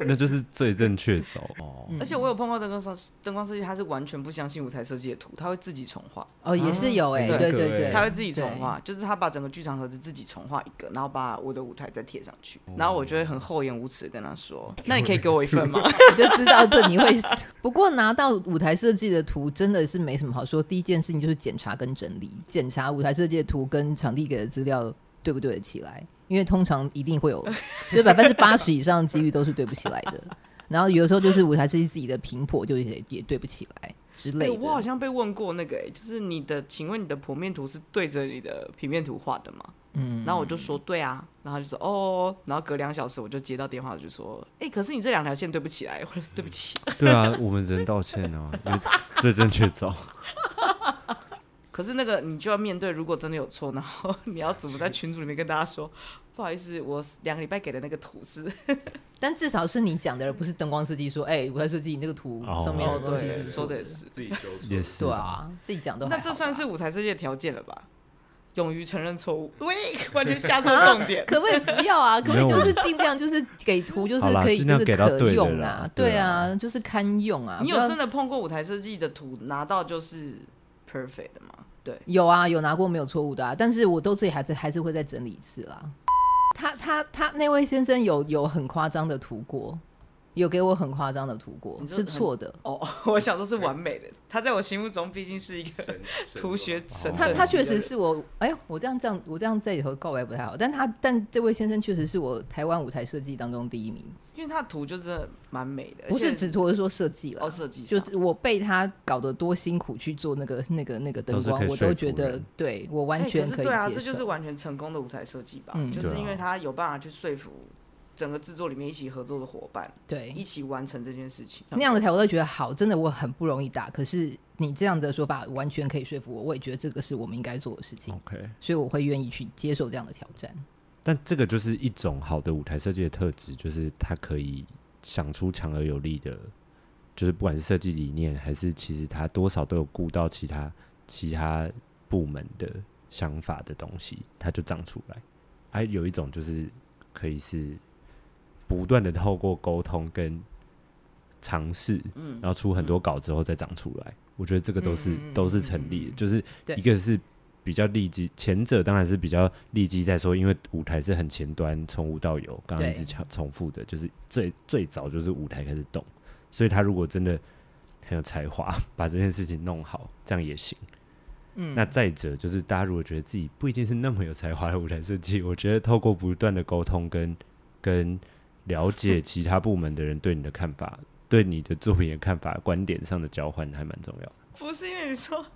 A: 那就是最正确走哦。
C: 而且我有碰到灯光设灯光设计，他是完全不相信舞台设计的图，他会自己重画，
B: 哦，也是有哎、
C: 对
B: 对
D: 那个
B: 对
D: 欸
B: 对，
C: 啊他会自己重
B: 对
C: 画，就是他把整个剧场盒子自己重画一个，然后把我的舞台再贴上去，然后我就会很厚颜无耻地跟他说：“那你可以给我一份吗？”
B: 我就知道这你会死。 不过拿到舞台设计的图真的是没什么好说。第一件事情就是检查跟整理，检查舞台设计的图跟场地给的资料对不对得起来，因为通常一定会有，就是百分之八十以上的几率都是对不起来的。然后有的时候就是舞台设计自己的频谱就是也也对不起来之
C: 哎
B: 类
C: 我好
B: 的。
C: 像被问过那个、哎，就是你的，请问你的剖面图是对着你的平面图画的吗？
B: 嗯，
C: 然后我就说对啊，然后他就说哦，然后隔两小时我就接到电话，我就说，哎、可是你这两条线对不起来，我 就说对不起。
B: 嗯
A: 对啊，我们只能道歉啊，因为最正确走。
C: 可是那个你就要面对，如果真的有错，然后你要怎么在群组里面跟大家说， 不好意思，我两个礼拜给的那个图是，
B: 但至少是你讲的，而不是灯光设计说，哎、舞台设计你那个图
A: 哦
B: 上 面有什么东西是不是
C: 说的也是，
D: 自己纠错
A: 也是
B: 对啊，自己讲都还
C: 那
B: 好
C: 这
B: 吧
C: 算是舞台世界的条件了吧？勇于承认错误，喂， 完全下错重点。
B: 可不可以不要啊？可不 可以
A: 没有
B: 就是尽量就是给图，就是
A: 好啦
B: 可以
A: 尽
B: 就
A: 量
B: 是
A: 给到
B: 可
A: 对的
B: 用
A: 啦
B: 啊，
A: 对
B: 对
A: 啊
B: 啊，就是堪用啊。
C: 你
B: 不
C: 有
B: 要
C: 真的碰过舞台设计的图拿到就是 perfect 的吗？ 对，
B: 有啊，有拿过没有错误的啊，但是我都自己还是还是会再整理一次啦。他他他那位先生有有很夸张的图过，有给我很夸张的图过，
C: 你说
B: 是
C: 很
B: 错的。
C: 哦，我想说是完美的，他在我心目中毕竟是一 个图学神等级的
B: 他
C: 人。
B: 他确实是我，哎呦，我这样这样，我这样在以后告白不太好。但他但这位先生确实是我台湾舞台设计当中第一名，
C: 因为他的图就是蛮美的，
B: 不
C: 而
B: 是
C: 且
B: 只图，我是说设计了
C: 哦。设计
B: 就
C: 上，
B: 是我被他搞得多辛苦去做那个那个那个灯
A: 都是
B: 光，
A: 可以
B: 我
A: 说
B: 都
A: 服
B: 觉得
A: 人
B: 对我
C: 哎
B: 完全
C: 可
B: 可
C: 是
B: 以
C: 对啊，
B: 接
C: 这就是
B: 受
C: 完全成功的舞台设计吧，
B: 嗯
C: 就是
A: 对啊
C: 因为他有办法去说服整个制作里面一起合作的伙伴，
B: 对
C: 一起完成这件事情。
B: 那样的台我都觉得好，真的我很不容易打。可是你这样的说法完全可以说服我，我也觉得这个是我们应该做的事情，
A: OK，
B: 所以我会愿意去接受这样的挑战。
A: 但这个就是一种好的舞台设计的特质，就是它可以想出强而有力的，就是不管是设计理念，还是其实它多少都有顾到其他其他部门的想法的东西，它就长出来。还有一种就是可以是不断的透过沟通跟尝试，
C: 嗯
A: 然后出很多稿之后再长出来。我觉得这个都是、
C: 嗯嗯嗯
A: 都是
C: 嗯
A: 成立
C: 嗯
A: 的，
C: 嗯
A: 就是
B: 对
A: 一个是比较利基，前者当然是比较利基在说，因为舞台是很前端，从无到有，刚刚一
B: 对
A: 直强重复的，就是最最早就是舞台开始动，所以他如果真的很有才华， 把这件事情弄好，这样也行。
B: 嗯
A: 那再者就是，大家如果觉得自己不一定是那么有才华的舞台设计，我觉得透过不断的沟通跟跟了解其他部门的人对你的看法，对你的作品的看法、观点上的交换还蛮重要的。
C: 不是因为你说
B: 是吗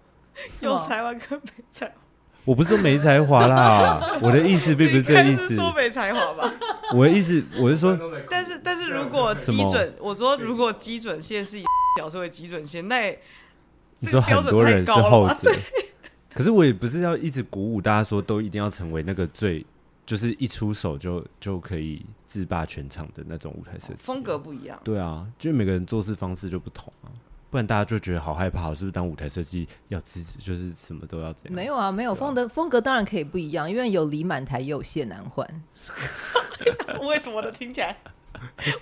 C: 有才华跟没才华，
A: 我不是说没才华 啦，我的意思并不是
C: 你
A: 这个
C: 刚
A: 意
C: 才
A: 思
C: 是，说没才华吧？
A: 我的意思我是说，
C: 但是但是如果
A: 什
C: 基
A: 么
C: 准，我说如果基准线是以小社会基准线，那也
A: 你
C: 这
A: 说
C: 个标
A: 很
C: 准
A: 多
C: 太
A: 人是
C: 高了
A: 后
C: 吧
A: 者，可是我也不是要一直鼓舞大家说都一定要成为那个最，就是一出手就就可以制霸全场的那种舞台设计
C: 风格。不一样。
A: 对啊，就是每个人做事方式就不同啊，不然大家就觉得好害怕，是不是？当舞台设计要自就是什么都要这样，
B: 没有啊，没有风的风格当然可以不一样，因为有李满台，也有谢南焕。
C: 为什么我的听 起来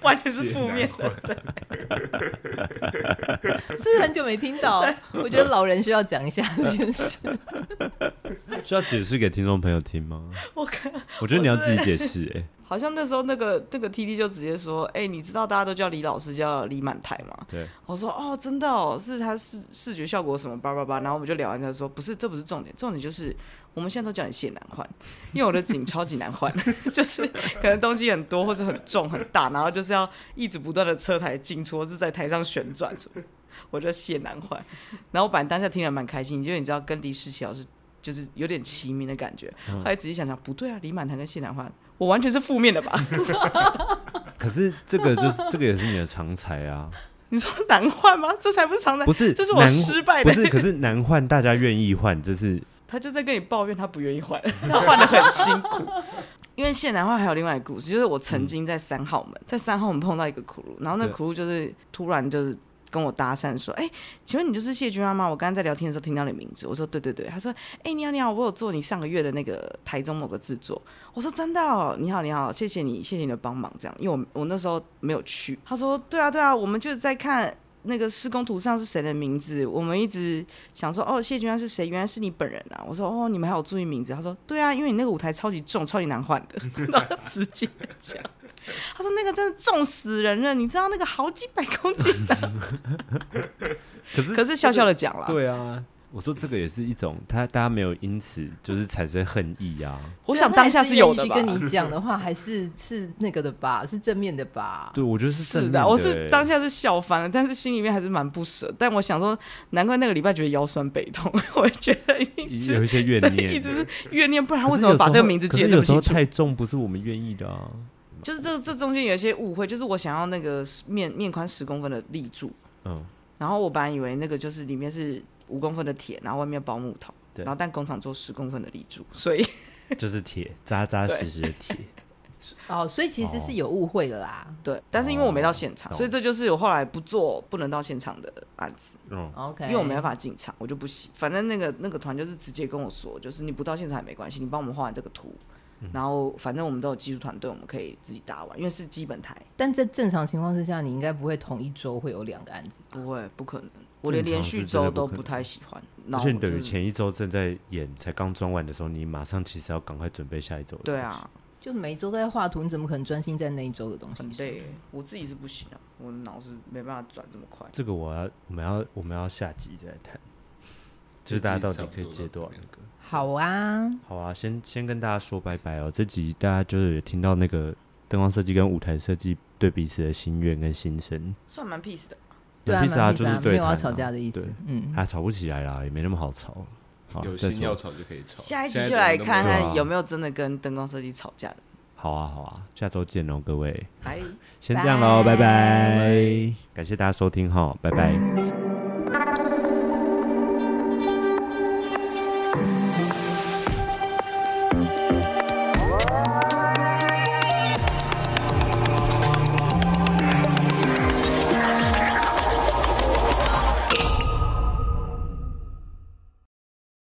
C: 完全是负面的？
B: 是不是很久没听到？我觉得老人需要讲一下这件事。
A: 需要解释给听众朋友听吗？
C: 我看
A: 我觉得你要自己解 释、欸，哎，
C: 好像那时候那个那个 T D 就直接说，哎、你知道大家都叫李老师叫李满台吗？
A: 对，
C: 我说哦，真的哦，是他视视觉效果什么叭叭叭，然后我们就聊完，他说不是，这不是重点，重点就是我们现在都叫你谢难换，因为我的颈超级难换， 就是可能东西很多或者很重很大，然后就是要一直不断的侧台进出，或是在台上旋转什么，我就谢难换。然后我本来当下听了蛮开心，因为你知道跟李世奇老师就是有点齐名的感觉，
A: 嗯
C: 后来仔细想想不对啊，李满堂跟谢难换，我完全是负面的吧？
A: 可是这个就是这个也是你的长才啊，
C: 你说难换吗？这才不是常态
A: 不，是？
C: 这是我
A: 难
C: 失败
A: 不
C: 的
A: 是？可是难换，大家愿意换，这是
C: 他就在跟你抱怨他不愿意换，他换的很辛苦。因为谢南话还有另外一个故事，就是我曾经在三号门，在三号门碰到一个苦路，然后那
A: 对
C: 苦路就是突然就是跟我搭讪说：“哎、请问你就是谢君安吗？我刚刚在聊天的时候听到你名字。”我说：“对对对。”他说：“哎、你好你好，我有做你上个月的那个台中某个制作。”我说：“真的、哦，你好你好，谢谢你，谢谢你的帮忙。”这样，因为我我那时候没有去。他说：“对啊对啊，我们就是在看。”那个施工图上是谁的名字？我们一直想说，哦，谢君安是谁？原来是你本人啊！我说，哦，你们还有注意名字？他说，对啊，因为你那个舞台超级重，超级难换的， 然后直接讲。他说那个真的重死人了，你知道那个好几百 公斤的，
A: 可是
C: 可是笑笑的讲了，
A: 对啊。我说这个也是一种，他大家没有因此就是产生恨意啊。
C: 我想当下
B: 是
C: 有的吧。
B: 跟你讲的话，还是是那个的吧，是正面的吧？
A: 对，我觉得正
C: 是
A: 面
C: 的，
A: 的，欸
C: 我是当下是笑翻了，但是心里面还是蛮不舍。但我想说，难怪那个礼拜觉得腰酸背痛， 我觉得一定
A: 欸
C: 是
A: 有一些怨
C: 对，
A: 念，
C: 一直是怨念，不然
A: 可
C: 为
A: 是
C: 什么
A: 有
C: 把
A: 时
C: 这个
A: 候
C: 名字
A: 可
C: 记
A: 是
C: 得这
A: 有
C: 么
A: 时
C: 清
A: 候
C: 楚？
A: 太重不是我们愿意的啊。
C: 就是这这中间有一些误会，就是我想要那个面面宽十公分的立柱，
A: 嗯，
C: 然后我本来以为那个就是里面是五公分的铁，然后外面包木头，
A: 对哦
C: 然后但工厂做十公分的立柱，所以
A: 就是铁，扎扎实实的铁。
B: 哦，所以其实是有误会的啦。
C: 对，但是因为我没到现场，
A: 懂
C: 所以这就是我后来不做不能到现场的案子，
A: 嗯，
B: OK，
C: 因为我没办法进场，我就不行。反正那个那个团就是直接跟我说，就是你不到现场也没关系，你帮我们画完这个图。
A: 嗯
C: 然后反正我们都有技术团队，我们可以自己搭完，因为是基本台，
B: 但在正常情况之下，你应该不会同一周会有两个案子。
C: 不会不可能，我连
A: 正常
C: 连
A: 是
C: 续
A: 真的
C: 周
A: 不
C: 都
A: 可
C: 不
A: 能
C: 太喜欢。
A: 而
C: 然后
A: 且你
C: 我就
A: 等于
C: 是
A: 前一周正在演，才刚装完的时候，你马上其实要赶快准备下一周。
C: 对，啊，
B: 就每一周都在画图，你怎么可能专心在那一周的东西
C: 很
B: 上？
C: 累，我自己是不行啊，我脑子没办法转这么快。
A: 这个我要，我们要，我们要下集再谈。就是大家到底可以接多少
D: 这集差不多到这边
A: 那个？
B: 好啊，
A: 好啊，先先跟大家说拜拜哦。这集大家就是有听到那个灯光设计跟舞台设计对彼此的心愿跟心声。
C: 算蛮 peace 的。
B: 对啊，
A: 披萨
B: 蛮
A: 就
B: 没
A: 是
B: 差
A: 对
B: 没有要
A: 谈啊
B: 吵架的意思
A: 对。
B: 嗯，
A: 啊，吵不起来啦，也没那么好吵。好，
D: 有
A: 啊再
D: 心要
A: 说。
D: 吵就可以吵。
C: 下一
D: 现
C: 集
D: 在
C: 就来
D: 等
C: 看
D: 等
A: 对
C: 看
A: 啊
C: 有没有真的跟灯光设计吵架的。
A: 好啊，好啊，下周见哦，各位。
C: 拜。
A: 先这样喽，拜
B: 拜
A: 拜。感谢大家收听哈，拜拜。